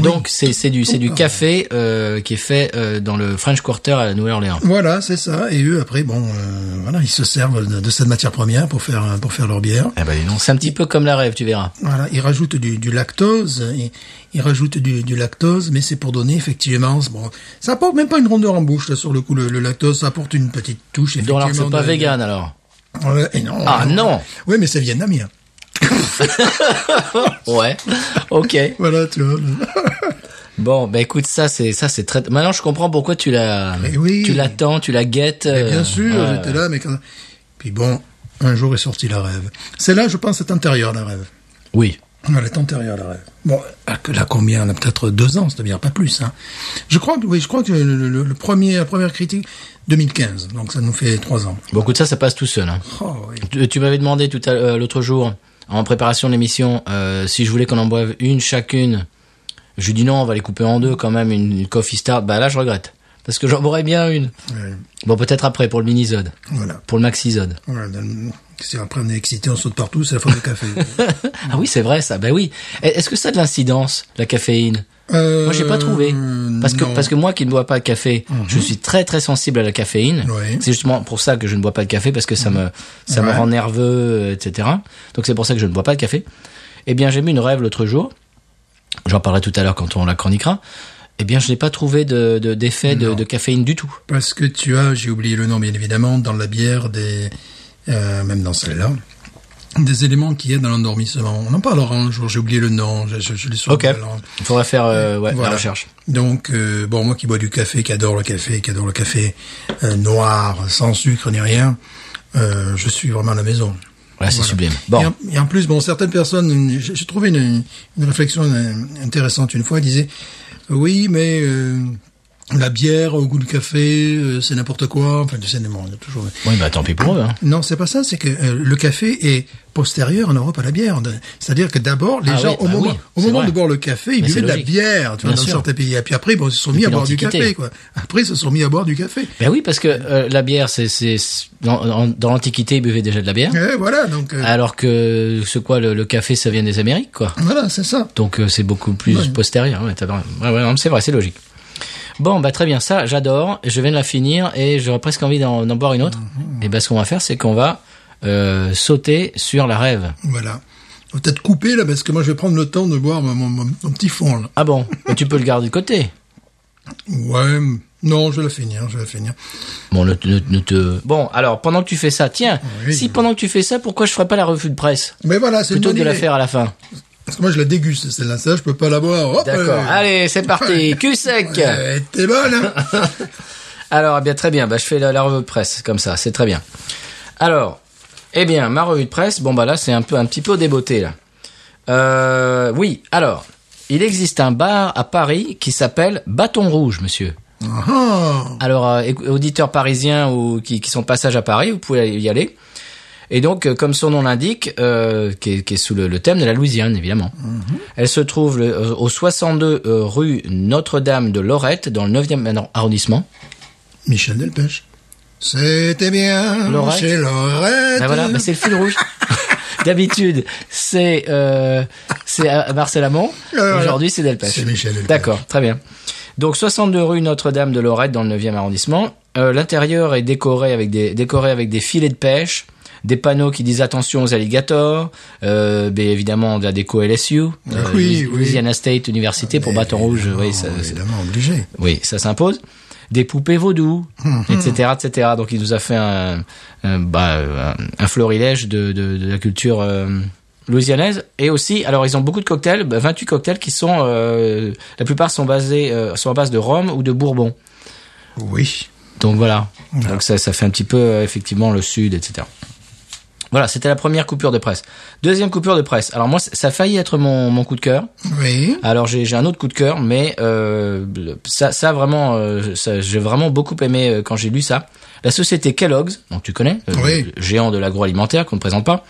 Speaker 1: Donc c'est c'est du c'est du café euh, qui est fait euh, dans le French Quarter à la Nouvelle-Orléans.
Speaker 2: Voilà, c'est ça. Et eux, après, bon, euh, voilà, ils se servent de, de cette matière première pour faire euh, pour faire leur bière.
Speaker 1: Ah ben non, c'est un petit peu comme la rêve, tu verras.
Speaker 2: Voilà, ils rajoutent du, du lactose, ils, ils rajoutent du, du lactose, mais c'est pour donner effectivement. Bon, ça apporte même pas une rondeur en bouche là, sur le coup. Le, le lactose, ça apporte une petite touche.
Speaker 1: Donc alors c'est
Speaker 2: effectivement,
Speaker 1: pas
Speaker 2: de-
Speaker 1: vegan alors.
Speaker 2: de- Ouais, et non.
Speaker 1: Ah, non.
Speaker 2: Oui, mais c'est vietnamien.
Speaker 1: Oh,
Speaker 2: *laughs*
Speaker 1: Ouais. OK.
Speaker 2: Voilà, tu vois.
Speaker 1: Bon, ben écoute ça c'est ça c'est très Maintenant je comprends pourquoi tu la
Speaker 2: Mais Eh oui.
Speaker 1: tu l'attends, tu la guettes.
Speaker 2: Mais
Speaker 1: euh,
Speaker 2: bien sûr,
Speaker 1: ouais.
Speaker 2: j'étais là, mais quand... Puis bon, un jour est sorti la rêve. C'est là, je pense, c'est antérieur, la rêve.
Speaker 1: Oui.
Speaker 2: Non, Elle est antérieure, la rêve. Bon, à que- là, combien Elle a peut-être deux ans, c'est-à-dire pas plus. Hein. Je crois que, oui, je crois que le, le- le premier, la première critique, 2015, donc ça nous fait trois ans.
Speaker 1: Bon écoute ça ça passe tout seul hein.
Speaker 2: Oh, oui.
Speaker 1: Tu, tu m'avais demandé tout à euh, l'autre jour, en préparation de l'émission, euh, si je voulais qu'on en boive une chacune. Je lui dis non, on va les couper en deux quand même, une, une coffee star. Bah là, je regrette. Parce que j'en boirais bien une.
Speaker 2: Ouais,
Speaker 1: Bon, peut-être après, pour le mini-zode.
Speaker 2: Voilà.
Speaker 1: Pour le maxi-zode.
Speaker 2: Voilà, dans le- c'est après, on est excité, on saute partout, c'est la faute du café.
Speaker 1: Ah oui, c'est vrai ça. Bah oui. E- Est-ce que ça a de l'incidence, la caféine *laughs*
Speaker 2: Euh,
Speaker 1: Moi, j'ai pas trouvé. Parce que,
Speaker 2: non. Mhm.
Speaker 1: parce que moi qui ne bois pas de café, je suis très très sensible à la caféine.
Speaker 2: Ouais.
Speaker 1: C'est justement pour ça que je ne bois pas de café, parce que ça me, ça me
Speaker 2: Mhm. Ouais.
Speaker 1: rend nerveux, euh, etc. Donc c'est pour ça que je ne bois pas de café. Eh bien, j'ai mis une rêve l'autre jour. J'en parlerai tout à l'heure quand on la chroniquera. Eh bien, je n'ai pas trouvé de, de- d'effet de, de caféine du tout.
Speaker 2: Parce que tu as, j'ai oublié le nom bien évidemment, dans la bière des, euh, même dans celle-là, des éléments qui aident à l'endormissement. On en parlera un jour, j'ai oublié le nom, je, je, je l'ai sur le ballon.
Speaker 1: Il faudra faire euh, ouais,
Speaker 2: Voilà.
Speaker 1: la recherche.
Speaker 2: Donc, euh, bon, moi qui bois du café, qui adore le café, qui adore le café euh, noir, sans sucre ni rien, euh, je suis vraiment à la maison.
Speaker 1: Voilà, c'est
Speaker 2: Voilà.
Speaker 1: sublime. Bon,
Speaker 2: Et, en, et en plus, bon, certaines personnes, j'ai j'ai trouvé une, une réflexion euh, intéressante une fois, elle disait, oui, mais euh, la bière au goût du café, euh, c'est n'importe quoi, enfin, tu sais, bon, il y a toujours...
Speaker 1: oui, bah tant pis pour eux.
Speaker 2: *laughs*
Speaker 1: hein.
Speaker 2: Non, c'est pas ça, c'est que euh, le café est postérieur en Europe à la bière. C'est-à-dire que d'abord, les
Speaker 1: Ah
Speaker 2: gens,
Speaker 1: oui,
Speaker 2: au
Speaker 1: bah
Speaker 2: moment,
Speaker 1: oui,
Speaker 2: au
Speaker 1: c'est
Speaker 2: moment
Speaker 1: vrai.
Speaker 2: de boire le café, ils
Speaker 1: Mais c'est
Speaker 2: buvaient de la
Speaker 1: logique.
Speaker 2: bière, tu vois,
Speaker 1: Bien
Speaker 2: dans
Speaker 1: sûr.
Speaker 2: certains pays. Et puis après, bon, ils se sont mis à
Speaker 1: Depuis
Speaker 2: boire du
Speaker 1: l'Antiquité.
Speaker 2: café, quoi. Après, ils se sont mis à boire du café.
Speaker 1: Ben oui, parce que euh, la bière, c'est, c'est, c'est- dans, dans- dans l'Antiquité, ils buvaient déjà de la bière.
Speaker 2: Et voilà, donc, euh,
Speaker 1: Alors que ce quoi, le, le café, ça vient des Amériques, quoi.
Speaker 2: voilà, c'est ça.
Speaker 1: Donc euh, c'est beaucoup plus
Speaker 2: Ouais.
Speaker 1: postérieur. Ouais, t'as- ouais, ouais, non, c'est vrai, c'est logique. Bon, bah très bien, ça j'adore. Je viens de la finir et j'aurais presque envie d'en, d'en boire une autre.
Speaker 2: Hum.
Speaker 1: Et ben ce qu'on va faire, c'est qu'on va euh, sauter sur la rêve.
Speaker 2: Voilà. On va peut-être couper, là, parce que moi, je vais prendre le temps de boire mon, mon- mon- mon petit fond, là.
Speaker 1: Ah bon Mais Tu peux le garder de côté.
Speaker 2: Ouais. Non, je vais la finir, je vais la finir.
Speaker 1: Bon, ne, te- ne- ne te. Bon, alors pendant que tu fais ça, tiens,
Speaker 2: Oui.
Speaker 1: si pendant que tu fais ça, pourquoi je ferais pas la revue de presse
Speaker 2: Mais voilà, c'est une
Speaker 1: plutôt
Speaker 2: bonne
Speaker 1: que de la
Speaker 2: idée.
Speaker 1: faire à la fin
Speaker 2: Parce que moi, je la déguste, celle-là. Ça, je peux pas la boire. Hop,
Speaker 1: D'accord.
Speaker 2: euh,
Speaker 1: Allez, c'est parti. Cul sec.
Speaker 2: euh, T'es bonne,
Speaker 1: *laughs*
Speaker 2: hein
Speaker 1: Alors, eh bien, très bien. Bah, je fais la, la revue de presse comme ça. C'est très bien. Alors, eh bien, ma revue de presse. Bon, bah là, c'est un peu, un petit peu débeauté là. Euh, oui. Alors, il existe un bar à Paris qui s'appelle Bâton Rouge, monsieur.
Speaker 2: Ah, ah.
Speaker 1: Alors, euh, éc- auditeurs parisiens ou qui, qui sont de passage à Paris, vous pouvez y aller. Et donc, euh, comme son nom l'indique, euh, qui, est, qui est sous le, le thème de la Louisiane, évidemment. Elle se trouve le- euh, au 62 euh, rue Notre-Dame de Lorette, dans le 9e arron- arrondissement.
Speaker 2: Michel Delpech. C'était bien
Speaker 1: Lorette.
Speaker 2: chez Lorette.
Speaker 1: Ben voilà, ben c'est le fil rouge. *laughs* D'habitude, c'est euh, c'est euh, Marcel Amont.
Speaker 2: Ah, voilà.
Speaker 1: Aujourd'hui, c'est Delpech.
Speaker 2: C'est Michel Delpech.
Speaker 1: D'accord, très bien. Donc 62 rue Notre-Dame de Lorette dans le 9e arrondissement. Euh, L'intérieur est décoré avec des décoré avec des filets de pêche, des panneaux qui disent attention aux alligators, euh, ben évidemment de la déco LSU, euh,
Speaker 2: Oui, Eh
Speaker 1: Louis-
Speaker 2: oui.
Speaker 1: Louisiana State University pour Bâton Rouge, oui, ça,
Speaker 2: Évidemment,
Speaker 1: c'est-
Speaker 2: évidemment, obligé.
Speaker 1: oui, ça s'impose. Des poupées vaudou, etc., etc. Donc il nous a fait un, un, bah, un- un florilège de, de, de la culture euh, louisianaise. Et aussi, alors ils ont beaucoup de cocktails, bah, 28 cocktails qui sont, euh, la plupart sont basés, euh, sont à base de rhum ou de bourbon.
Speaker 2: Oui.
Speaker 1: Donc voilà. Donc ça, ça fait un petit peu euh, effectivement le sud, etc. Voilà, c'était la première coupure de presse. Deuxième coupure de presse. Alors moi, c- ça a failli être mon, mon coup de cœur.
Speaker 2: Oui.
Speaker 1: Alors j'ai j'ai un autre coup de cœur, mais euh, le- ça, ça vraiment, euh, ça- j'ai vraiment beaucoup aimé euh, quand j'ai lu ça. La société Kellogg's, donc tu connais, euh,
Speaker 2: Oui.
Speaker 1: le géant de l'agroalimentaire qu'on ne présente pas,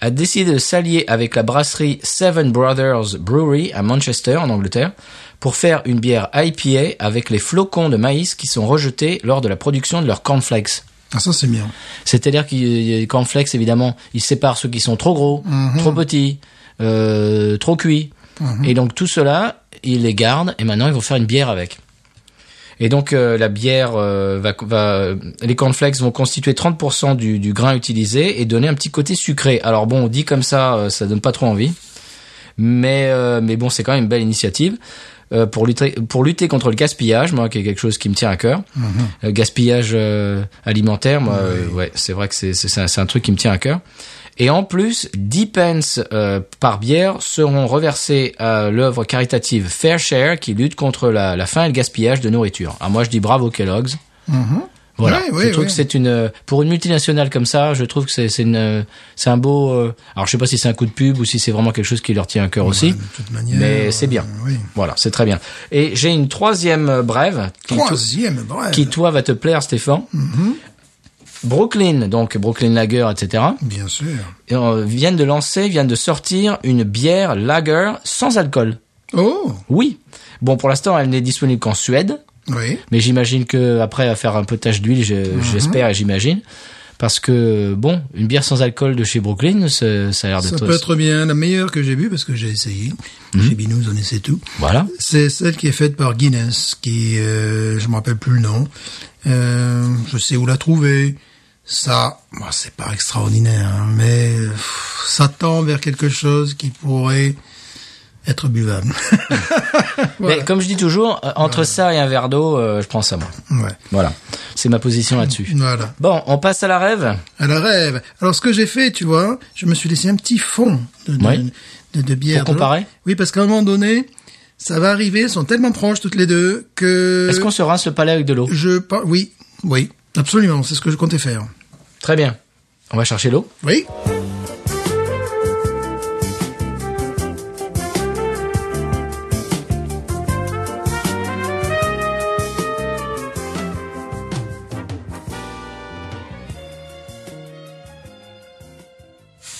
Speaker 1: a décidé de s'allier avec la brasserie Seven Brothers Brewery à Manchester, en Angleterre, pour faire une bière IPA avec les flocons de maïs qui sont rejetés lors de la production de leurs cornflakes.
Speaker 2: Ah, ça, c'est bien.
Speaker 1: C'est-à-dire qu'il les cornflakes, évidemment, ils séparent ceux qui sont trop gros, trop petits, euh, trop cuits. Et donc tout cela, ils les gardent et maintenant ils vont faire une bière avec. Et donc euh, la bière euh, va, va- les cornflakes vont constituer 30% du, du grain utilisé et donner un petit côté sucré. Alors bon, dit comme ça, euh, ça donne pas trop envie, mais euh, mais bon, c'est quand même une belle initiative. euh, pour lutter pour lutter contre le gaspillage, moi qui est quelque chose qui me tient à cœur, Euh, gaspillage euh, alimentaire, moi euh, ouais, c'est vrai que c'est c'est c'est un, c'est un truc qui me tient à cœur. Et en plus, 10 pence euh, par bière seront reversés à l'œuvre caritative Fair Share qui lutte contre la, la faim et le gaspillage de nourriture. Ah, moi, je dis bravo Kellogg's. Voilà.
Speaker 2: Ouais, ouais,
Speaker 1: je trouve
Speaker 2: ouais.
Speaker 1: que c'est une euh, pour une multinationale comme ça, je trouve que c'est c'est une euh, c'est un beau. euh, alors, je sais pas si c'est un coup de pub ou si c'est vraiment quelque chose qui leur tient à cœur aussi.
Speaker 2: De toute manière.
Speaker 1: Mais c'est bien.
Speaker 2: euh, oui.
Speaker 1: Voilà, c'est très bien. Et j'ai une troisième euh, brève qui, tou-
Speaker 2: Troisième, bref.
Speaker 1: qui toi va te plaire, Stéphane.
Speaker 2: Mhm.
Speaker 1: Brooklyn, donc Brooklyn Lager, etc.
Speaker 2: Bien sûr.
Speaker 1: euh, viennent de lancer, viennent de sortir une bière lager sans alcool.
Speaker 2: Oh,
Speaker 1: Oui. Bon, pour l'instant, elle n'est disponible qu'en Suède,
Speaker 2: oui.
Speaker 1: mais j'imagine que après à faire un peu tache d'huile,
Speaker 2: Mhm.
Speaker 1: je- j'espère et j'imagine, parce que bon, une bière sans alcool de chez Brooklyn, ça ça a l'air de Hum.
Speaker 2: Ça peut être bien. La meilleure que j'ai vue, parce que j'ai essayé, chez Binous, on essaie tout,
Speaker 1: Voilà.
Speaker 2: c'est celle qui est faite par Guinness, qui, euh, je me rappelle plus le nom. Euh, je sais où la trouver. Ça, bon, c'est pas extraordinaire, hein, mais euh, pff, ça tend vers quelque chose qui pourrait être
Speaker 1: *laughs*
Speaker 2: buvable.
Speaker 1: Mais comme je dis toujours, euh, entre ça et un verre d'eau, euh, je prends ça moi.
Speaker 2: ouais.
Speaker 1: Voilà. C'est ma position là-dessus.
Speaker 2: Voilà.
Speaker 1: Bon, on passe à la rêve.
Speaker 2: À la rêve. Alors ce que j'ai fait, tu vois, je me suis laissé un petit fond de, de,
Speaker 1: Ouais.
Speaker 2: de- de bière.
Speaker 1: Pour comparer
Speaker 2: Oui, parce qu'à un moment donné, ça va arriver, elles sont tellement proches toutes les deux que...
Speaker 1: Est-ce qu'on se rince le palais avec de l'eau
Speaker 2: Je par- Oui, oui, absolument, c'est ce que je comptais faire.
Speaker 1: Très bien. On va chercher l'eau.
Speaker 2: Oui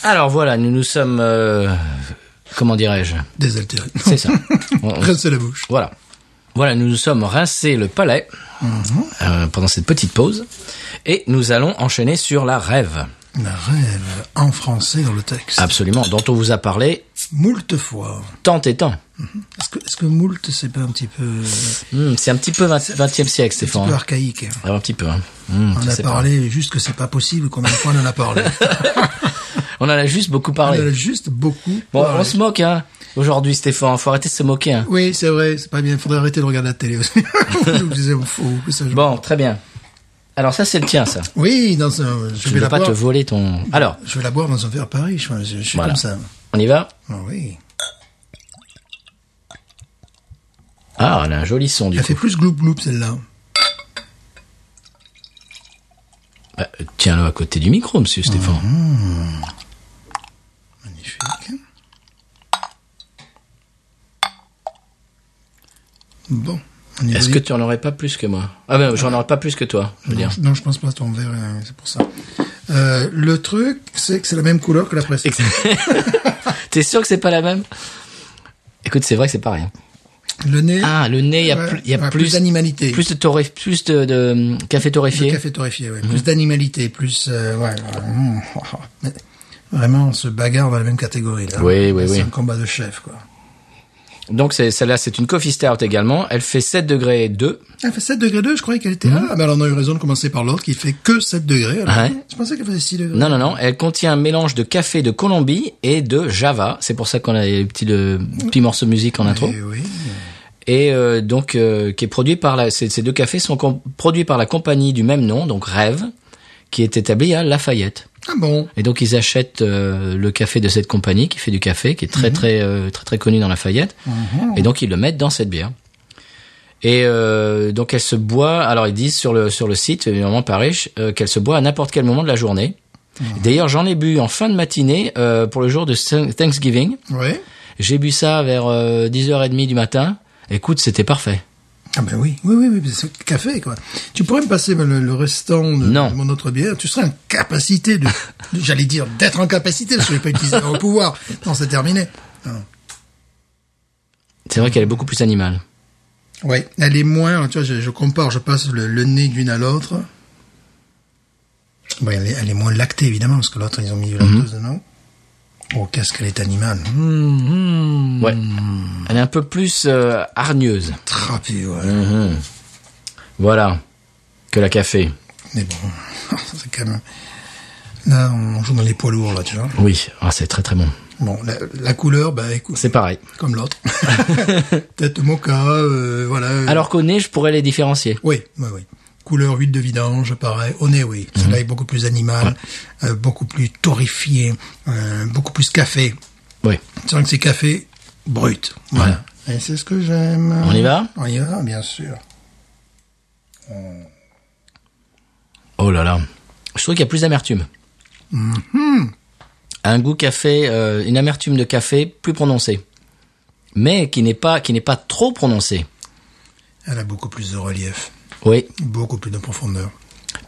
Speaker 1: Alors voilà, nous nous sommes, euh, comment dirais-je *laughs*
Speaker 2: Désaltéré.
Speaker 1: C'est
Speaker 2: *laughs*
Speaker 1: ça. On- on-
Speaker 2: Reste la bouche.
Speaker 1: voilà. Voilà, nous nous sommes rincés le palais
Speaker 2: Mhm.
Speaker 1: euh, pendant cette petite pause et nous allons enchaîner sur la rêve.
Speaker 2: La rêve, en français dans le texte.
Speaker 1: Absolument, dont on vous a parlé
Speaker 2: Moult fois.
Speaker 1: tant et tant.
Speaker 2: Est-ce que, est-ce que moult, c'est pas un petit peu, euh,
Speaker 1: Hmm, c'est un petit peu 20, 20e siècle,
Speaker 2: un
Speaker 1: Stéphane.
Speaker 2: peu
Speaker 1: hein.
Speaker 2: archaïque hein
Speaker 1: Ouais, Un petit peu. hein. Hmm,
Speaker 2: On
Speaker 1: je
Speaker 2: en a
Speaker 1: sais pas.
Speaker 2: parlé, juste que c'est pas possible, combien de fois on en
Speaker 1: *laughs*
Speaker 2: a parlé
Speaker 1: Ah On en a juste beaucoup
Speaker 2: On en
Speaker 1: parlé.
Speaker 2: a juste beaucoup
Speaker 1: Bon,
Speaker 2: parlé.
Speaker 1: on se moque, hein, aujourd'hui, Stéphane. Faut arrêter de se moquer, hein.
Speaker 2: Oui, c'est vrai, c'est pas bien. Faudrait arrêter de regarder la télé aussi. *laughs* je vous disais, faut que ça joue.
Speaker 1: Bon, très bien. Alors ça, c'est le tien, ça.
Speaker 2: Oui, dans un, je,
Speaker 1: Je ne
Speaker 2: vais la
Speaker 1: veux pas
Speaker 2: boire.
Speaker 1: te voler ton... Alors,
Speaker 2: Je vais la boire dans un verre à Paris. Je, je- je suis
Speaker 1: Voilà.
Speaker 2: comme ça.
Speaker 1: on y va
Speaker 2: Ah oui.
Speaker 1: Ah, elle a un joli son, du
Speaker 2: Elle
Speaker 1: coup.
Speaker 2: fait plus gloup gloup celle-là.
Speaker 1: Bah, euh, Tiens-le à côté du micro, monsieur Stéphane.
Speaker 2: Magnifique. Bon. On y
Speaker 1: Est-ce
Speaker 2: va.
Speaker 1: que tu en aurais pas plus que moi Ah ben, j'en aurais pas plus que toi, je veux
Speaker 2: non,
Speaker 1: dire.
Speaker 2: *laughs* je- non, je pense pas à ton verre. euh, C'est pour ça. Euh, le truc, c'est que c'est la même couleur que la presse.
Speaker 1: *laughs* T'es sûr que c'est pas la même Écoute, c'est vrai que c'est pareil. hein.
Speaker 2: Le nez.
Speaker 1: Ah, le nez, il y a
Speaker 2: ouais,
Speaker 1: plus, il y a
Speaker 2: ouais,
Speaker 1: plus,
Speaker 2: d'animalité.
Speaker 1: plus de torré, plus de, de, euh, café
Speaker 2: Le
Speaker 1: torréfié.
Speaker 2: café torréfié,
Speaker 1: Mhm.
Speaker 2: ouais. Plus d'animalité, plus... euh, ouais, euh, mm, mais Vraiment, on se bagarre dans la même catégorie. Là.
Speaker 1: Oui, oui,
Speaker 2: C'est
Speaker 1: oui.
Speaker 2: un combat de chef, quoi.
Speaker 1: Donc c'est- celle-là, c'est une coffee stout également. Elle fait 7 degrés 2.
Speaker 2: Elle fait 7 degrés 2, je croyais qu'elle était... Ah, mais alors on a eu raison de commencer par l'autre qui fait que 7 degrés. alors.
Speaker 1: Mhm. Ah Ouais.
Speaker 2: Je pensais qu'elle faisait 6 degrés.
Speaker 1: Non, non, non. Elle contient un mélange de café de Colombie et de Java. C'est pour ça qu'on a les petits, le, petits morceaux de musique en intro.
Speaker 2: Eh oui.
Speaker 1: et euh, donc euh, qui est produit par la ces, ces deux cafés sont com- produits par la compagnie du même nom donc Rêve qui est établie à Lafayette.
Speaker 2: Ah bon
Speaker 1: Et donc ils achètent euh, le café de cette compagnie qui fait du café, qui est très très euh, très très connu dans Lafayette. Et donc ils le mettent dans cette bière. Et euh, donc elle se boit. Alors ils disent sur le sur le site évidemment Paris euh, qu'elle se boit à n'importe quel moment de la journée. D'ailleurs j'en ai bu en fin de matinée euh, pour le jour de Thanksgiving.
Speaker 2: Ouais.
Speaker 1: J'ai bu ça vers euh, 10h30 du matin. Écoute, c'était parfait.
Speaker 2: Ah ben oui, oui, oui, oui, mais c'est le café, quoi. Tu pourrais me passer ben, le, le restant de,
Speaker 1: Non.
Speaker 2: de mon autre bière, tu serais en capacité de, de- j'allais dire, d'être en capacité, parce que je l'ai pas utilisé au pouvoir. Non, c'est terminé. Non.
Speaker 1: C'est vrai qu'elle est beaucoup plus animale.
Speaker 2: Ouais, elle est moins, tu vois, je, je compare, je passe le, le nez d'une à l'autre. Bon, elle, est, elle est moins lactée, évidemment, parce que l'autre, ils ont mis du lactose dedans. Oh, qu'est-ce qu'elle est animale. Hmm, Mmh,
Speaker 1: Ouais. Elle est un peu plus euh, hargneuse.
Speaker 2: Trapu, ouais.
Speaker 1: Voilà. Que la café.
Speaker 2: Mais bon, *laughs* c'est quand même... Là, on joue dans les poids lourds, là, tu vois.
Speaker 1: Oui. Ah, c'est très très bon.
Speaker 2: Bon, la, la couleur, bah écoute,
Speaker 1: C'est pareil.
Speaker 2: comme l'autre. *laughs* Tête mocha, euh, voilà.
Speaker 1: Alors qu'au nez, je pourrais les différencier.
Speaker 2: Oui, oui, oui. Couleur huile de vidange, pareil. Au nez, oui.
Speaker 1: Mhm.
Speaker 2: Celle-là est beaucoup plus animal, euh, beaucoup plus torréfié, euh, beaucoup plus café.
Speaker 1: Oui.
Speaker 2: C'est vrai que c'est café brut. Voilà. Et c'est ce que j'aime.
Speaker 1: On y va
Speaker 2: On y va, bien sûr.
Speaker 1: Oh là là. Je trouve qu'il y a plus d'amertume.
Speaker 2: Hmm.
Speaker 1: Un goût café, euh, une amertume de café plus prononcée, mais qui n'est pas qui n'est pas trop prononcée.
Speaker 2: Elle a beaucoup plus de relief,
Speaker 1: Oui.
Speaker 2: beaucoup plus de profondeur.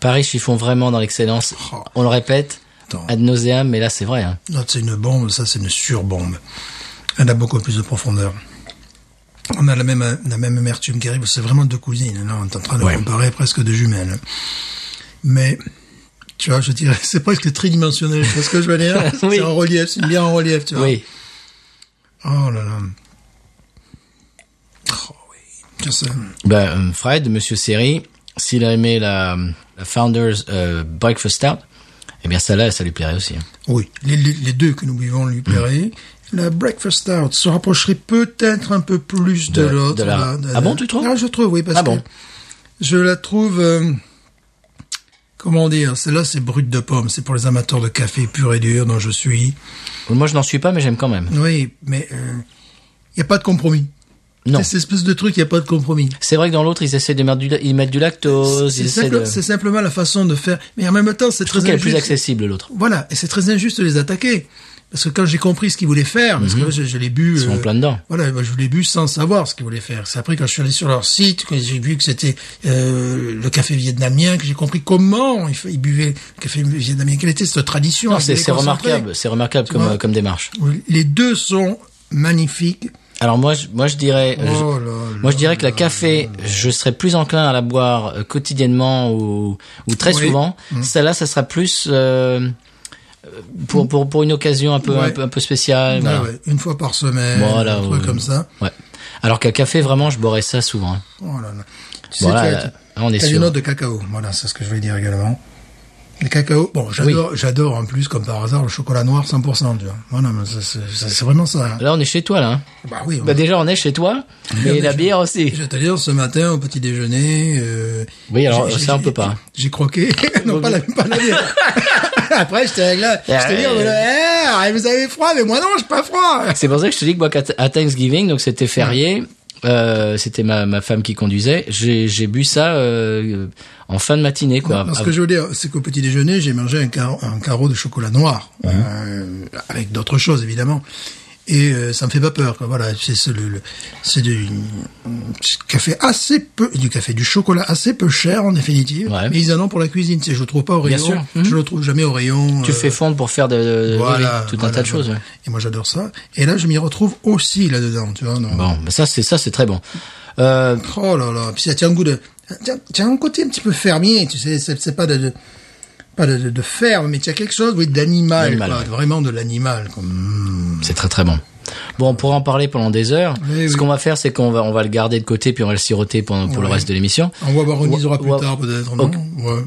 Speaker 1: Paris, ils font vraiment dans l'excellence.
Speaker 2: Oh.
Speaker 1: On le répète
Speaker 2: Attends.
Speaker 1: ad nauseam, mais là c'est vrai. hein.
Speaker 2: L'autre, c'est une bombe, ça, c'est une surbombe. Elle a beaucoup plus de profondeur. On a la même, la même amertume qui arrive, c'est vraiment deux cousines. Là, on est en train de
Speaker 1: Ouais.
Speaker 2: comparer presque deux jumelles. Mais, tu vois, je dirais, *laughs* c'est presque tridimensionnel, c'est ce que je veux dire.
Speaker 1: *laughs* Oui.
Speaker 2: C'est en relief, c'est bien en relief, tu vois.
Speaker 1: Oui.
Speaker 2: Oh là là. Oh oui. Tu sais,
Speaker 1: Ben, euh, Fred, Monsieur Seri, s'il a aimé la, la Founders euh, Breakfast Stout, eh bien celle-là, ça lui plairait aussi. hein.
Speaker 2: oui. Les, les- les deux que nous buvons lui
Speaker 1: Mm.
Speaker 2: plairaient. La Breakfast Stout se rapprocherait peut-être un peu plus de,
Speaker 1: De-
Speaker 2: l'autre.
Speaker 1: de la-
Speaker 2: là, de-
Speaker 1: Ah bon, tu trouves
Speaker 2: Ah, je trouve, oui, parce
Speaker 1: Ah bon
Speaker 2: que je la trouve... euh, comment dire Celle-là, c'est brute de pomme. C'est pour les amateurs de café pur et dur dont je suis.
Speaker 1: Moi, je n'en suis pas, mais j'aime quand même.
Speaker 2: Oui, mais il n'y a pas de compromis.
Speaker 1: Non.
Speaker 2: C'est cette espèce de truc, il n'y a pas de compromis.
Speaker 1: C'est vrai que dans l'autre, ils essaient de mettre du, ils mettent du lactose.
Speaker 2: C'est
Speaker 1: ils essaient
Speaker 2: simple-
Speaker 1: de-
Speaker 2: c'est simplement la façon de faire. Mais en même temps, c'est
Speaker 1: Je trouve
Speaker 2: très
Speaker 1: qu'elle est plus
Speaker 2: injuste.
Speaker 1: accessible l'autre.
Speaker 2: Voilà, et c'est très injuste de les attaquer. Parce que quand j'ai compris ce qu'ils voulaient faire, parce que moi, je, je l'ai bu...
Speaker 1: Mm-hmm.
Speaker 2: euh,
Speaker 1: Ils sont en plein dedans.
Speaker 2: Voilà, moi, je l'ai bu sans savoir ce qu'ils voulaient faire. C'est après quand je suis allé sur leur site, quand j'ai vu que c'était euh, le café vietnamien, que j'ai compris comment ils, fa- ils buvaient le café vietnamien, quelle était cette tradition.
Speaker 1: Non,
Speaker 2: ils
Speaker 1: Ah, c'est
Speaker 2: voulaient
Speaker 1: c'est
Speaker 2: concentrer.
Speaker 1: remarquable, c'est remarquable
Speaker 2: Tu
Speaker 1: comme,
Speaker 2: vois
Speaker 1: euh, comme démarche.
Speaker 2: Oui, Les deux sont magnifiques.
Speaker 1: Alors moi, je, moi je dirais, euh, je-
Speaker 2: Oh là
Speaker 1: moi je
Speaker 2: là
Speaker 1: dirais que la
Speaker 2: là
Speaker 1: café, je serais plus enclin à la boire euh, quotidiennement ou, ou très
Speaker 2: Oui. Mhm.
Speaker 1: souvent. Celle-là, ça sera plus euh, pour, pour pour une occasion un peu un
Speaker 2: Ouais.
Speaker 1: peu, un peu spéciale.
Speaker 2: Ah
Speaker 1: voilà.
Speaker 2: ouais, une fois par semaine,
Speaker 1: Voilà,
Speaker 2: un truc
Speaker 1: ouais.
Speaker 2: comme ça.
Speaker 1: Ouais. Alors qu'à café, vraiment, je boirais ça souvent. hein.
Speaker 2: Oh là là. Tu
Speaker 1: Bon,
Speaker 2: sais,
Speaker 1: là,
Speaker 2: tu as-
Speaker 1: là, on est
Speaker 2: T'as
Speaker 1: sûr.
Speaker 2: une note de cacao, voilà, c'est ce que je voulais dire également. Le cacao, bon, j'adore, j'adore en plus, comme par hasard, le chocolat noir 100%, tu vois. Voilà, mais ça, c'est ça, c'est vraiment ça. hein.
Speaker 1: Là, on est chez toi là. hein.
Speaker 2: Bah oui, on-
Speaker 1: Bah déjà, on est chez toi et
Speaker 2: on est
Speaker 1: la
Speaker 2: chez-
Speaker 1: bière aussi.
Speaker 2: je vais te dire, ce matin, au petit déjeuner... euh,
Speaker 1: Oui, alors,
Speaker 2: j'ai-
Speaker 1: ça, on
Speaker 2: j'ai-
Speaker 1: peut pas.
Speaker 2: J'ai croqué, *laughs* non, pas la, pas
Speaker 1: *laughs*
Speaker 2: la bière. *laughs* Après, j'étais avec là, je te dis,
Speaker 1: Euh,
Speaker 2: on est là, Eh, vous avez froid, mais moi non, j'ai pas froid.
Speaker 1: C'est pour ça que je te dis que moi, qu'à- à Thanksgiving, donc c'était férié, euh, c'était ma, ma femme qui conduisait, j'ai j'ai bu ça euh, en fin de matinée, quoi.
Speaker 2: Parce
Speaker 1: Ah,
Speaker 2: que je veux dire, c'est qu'au petit déjeuner, j'ai mangé un, car- un carreau de chocolat noir,
Speaker 1: Hein.
Speaker 2: euh, avec d'autres choses évidemment. Et euh, ça me fait pas peur. Quoi. Voilà, c'est c'est le, le- c'est du du café assez peu, du café, du chocolat assez peu cher en définitive.
Speaker 1: Ouais.
Speaker 2: Mais ils en ont pour la cuisine. C'est, je le trouve pas au rayon.
Speaker 1: Bien sûr.
Speaker 2: Je le trouve jamais au rayon.
Speaker 1: tu
Speaker 2: euh,
Speaker 1: fais fondre pour faire de, de- Euh,
Speaker 2: voilà,
Speaker 1: oui, tout un
Speaker 2: voilà,
Speaker 1: tas de choses.
Speaker 2: voilà.
Speaker 1: ouais.
Speaker 2: Et moi j'adore ça. Et là je m'y retrouve aussi là dedans. Tu vois. non.
Speaker 1: Bon, bah ça c'est ça c'est très bon. Euh,
Speaker 2: Oh là là, puis ça tient un goût de, tiens, tiens un côté un petit peu fermier, tu sais, c'est c'est pas de, de- pas de, de- de ferme, mais tu as quelque chose, oui, d'animal,
Speaker 1: D'animal,
Speaker 2: quoi,
Speaker 1: ouais.
Speaker 2: vraiment de l'animal. quoi. Mm.
Speaker 1: c'est très très bon. Bon, on pourra en parler pendant des heures.
Speaker 2: Oui,
Speaker 1: Ce
Speaker 2: oui.
Speaker 1: qu'on va faire, c'est qu'on va on va le garder de côté puis on va le siroter pendant, pour le
Speaker 2: Ouais.
Speaker 1: reste de l'émission.
Speaker 2: On va
Speaker 1: Ou-
Speaker 2: baronisera
Speaker 1: ou-
Speaker 2: plus tard peut-être, non
Speaker 1: Ok.
Speaker 2: Ouais.
Speaker 1: Bon,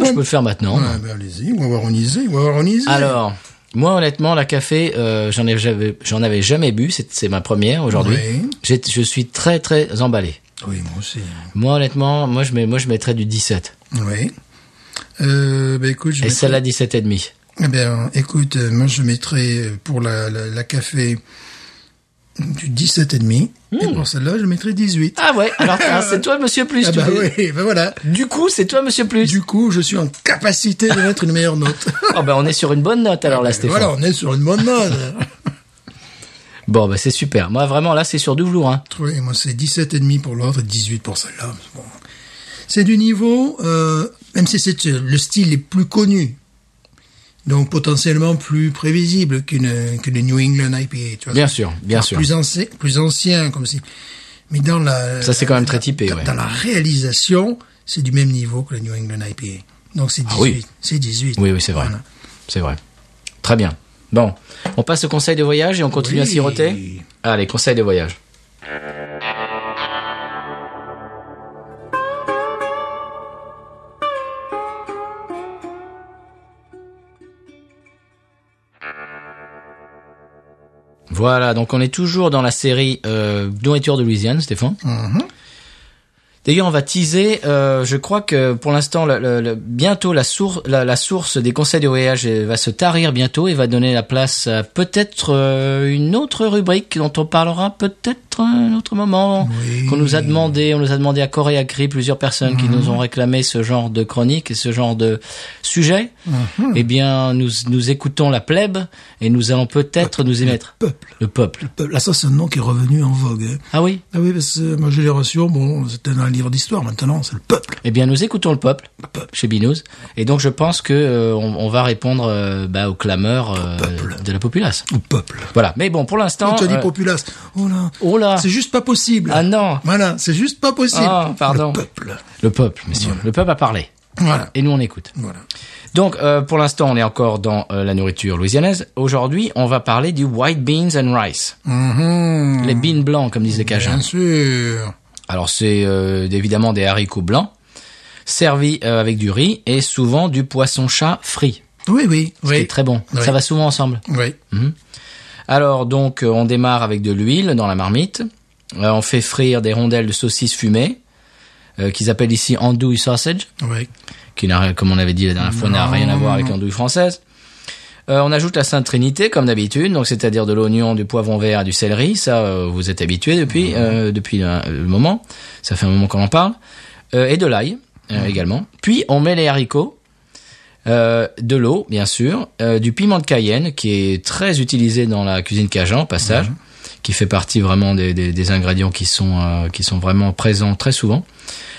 Speaker 1: moi, je peux le faire maintenant.
Speaker 2: Ouais, ben, allez-y, on va baroniser, on va baroniser.
Speaker 1: Alors, moi honnêtement, la café, euh, j'en ai j'avais- j'en avais jamais bu. C'est c'est ma première aujourd'hui.
Speaker 2: Oui.
Speaker 1: J'ai- Je suis très très emballé.
Speaker 2: Oui, moi aussi.
Speaker 1: Moi, honnêtement, moi, je, mets, moi, je mettrais du 17.
Speaker 2: Oui. Euh, ben écoute, je
Speaker 1: Et
Speaker 2: mettrai-
Speaker 1: celle-là, 17 et demi.
Speaker 2: Eh bien, écoute, euh, moi je mettrais euh, pour la, la, la café du 17,5. Et pour celle-là, je mettrais 18.
Speaker 1: Hmm. Ah ouais, alors ah, c'est toi Monsieur Plus.
Speaker 2: Ah
Speaker 1: tu
Speaker 2: bah
Speaker 1: veux-
Speaker 2: oui, *laughs* ben voilà.
Speaker 1: Du coup, c'est toi Monsieur Plus.
Speaker 2: Du coup, je suis en capacité de mettre une meilleure note.
Speaker 1: Oh, bah, on est sur une bonne note alors *laughs* là, Stéphane.
Speaker 2: Ah, ben voilà, on est sur une bonne note. *laughs*
Speaker 1: Bon, bah, c'est super. Moi, vraiment, là, c'est sur double lourd. Hein.
Speaker 2: Oui, moi c'est 17,5 pour l'autre et 18 pour celle-là. Bon. C'est du niveau, euh, même si c'est euh, le style est plus connu, donc potentiellement plus prévisible qu'une euh, qu'une New England IPA. Tu vois.
Speaker 1: Bien sûr, bien sûr.
Speaker 2: Plus ancien, plus ancien comme si. Mais dans la.
Speaker 1: Ça, c'est quand même très typé,
Speaker 2: Dans,
Speaker 1: ouais.
Speaker 2: dans la réalisation, c'est du même niveau que la New England IPA. Donc c'est 18.
Speaker 1: Ah oui.
Speaker 2: C'est 18.
Speaker 1: Oui, oui, c'est vrai.
Speaker 2: Voilà.
Speaker 1: C'est vrai. Très bien. Bon, on passe au conseil de voyage et on continue à
Speaker 2: Oui.
Speaker 1: siroter Allez, conseil de voyage. Voilà, donc on est toujours dans la série euh, Nourriture de Louisiane, Stéphane. D'ailleurs, on va teaser. euh, je crois que pour l'instant, le- le- le- bientôt la, sour- la, la source des conseils de voyage euh, va se tarir bientôt et va donner la place à peut-être euh, une autre rubrique dont on parlera peut-être à un autre moment.
Speaker 2: Mhm. Oui.
Speaker 1: Qu'on nous a demandé, on nous a demandé à Corée, à Cri, plusieurs personnes qui
Speaker 2: Mhm.
Speaker 1: nous ont réclamé ce genre de chronique et ce genre de sujet.
Speaker 2: Mhm.
Speaker 1: Eh bien, nous nous écoutons la plèbe et nous allons peut-être nous émettre
Speaker 2: Peuple.
Speaker 1: le peuple.
Speaker 2: Peuple. Là, ça, c'est un nom qui est revenu en vogue. hein.
Speaker 1: Ah oui.
Speaker 2: Ah oui, parce que ma génération, bon, c'était dans un livre d'histoire maintenant, c'est le peuple.
Speaker 1: Eh bien, nous écoutons le peuple,
Speaker 2: peuple.
Speaker 1: chez Binous, et donc je pense que euh, on, on va répondre euh, bah, aux clameurs euh,
Speaker 2: peuple.
Speaker 1: de la populace.
Speaker 2: Au peuple.
Speaker 1: Voilà. Mais bon, pour l'instant,
Speaker 2: Quand tu as dit
Speaker 1: euh,
Speaker 2: populace, oh là,
Speaker 1: Oh là.
Speaker 2: c'est juste pas possible.
Speaker 1: Ah non.
Speaker 2: Voilà, c'est juste pas possible.
Speaker 1: Ah, pardon.
Speaker 2: Le peuple.
Speaker 1: le peuple, messieurs, le peuple a parlé,
Speaker 2: Voilà.
Speaker 1: et nous on écoute.
Speaker 2: Voilà.
Speaker 1: Donc, euh, pour l'instant, on est encore dans euh, la nourriture louisianaise. Aujourd'hui, on va parler du white beans and rice,
Speaker 2: Mhm.
Speaker 1: les beans blancs, comme disent les Cajuns.
Speaker 2: Bien sûr.
Speaker 1: Alors, c'est euh, évidemment des haricots blancs servis euh, avec du riz et souvent du poisson chat frit.
Speaker 2: Oui, oui,
Speaker 1: C'est
Speaker 2: oui.
Speaker 1: très bon.
Speaker 2: Oui.
Speaker 1: Ça va souvent ensemble.
Speaker 2: Oui.
Speaker 1: Alors donc euh, on démarre avec de l'huile dans la marmite. Euh, on fait frire des rondelles de saucisses fumées, euh, qu'ils appellent ici andouille sausage,
Speaker 2: Oui.
Speaker 1: qui n'a rien- comme on avait dit la dernière fois n'a rien à voir avec l'andouille française. Euh, on ajoute la Sainte Trinité comme d'habitude, donc c'est-à-dire de l'oignon, du poivron vert, et du céleri. Ça euh, vous êtes habitués depuis euh, depuis un- le moment. Ça fait un moment qu'on en parle Euh, et de l'ail euh, également. Puis on met les haricots. Euh, de l'eau, bien sûr, euh, du piment de Cayenne, qui est très utilisé dans la cuisine Cajun, au passage, qui fait partie vraiment des, des- des ingrédients qui sont, euh, qui sont vraiment présents très souvent.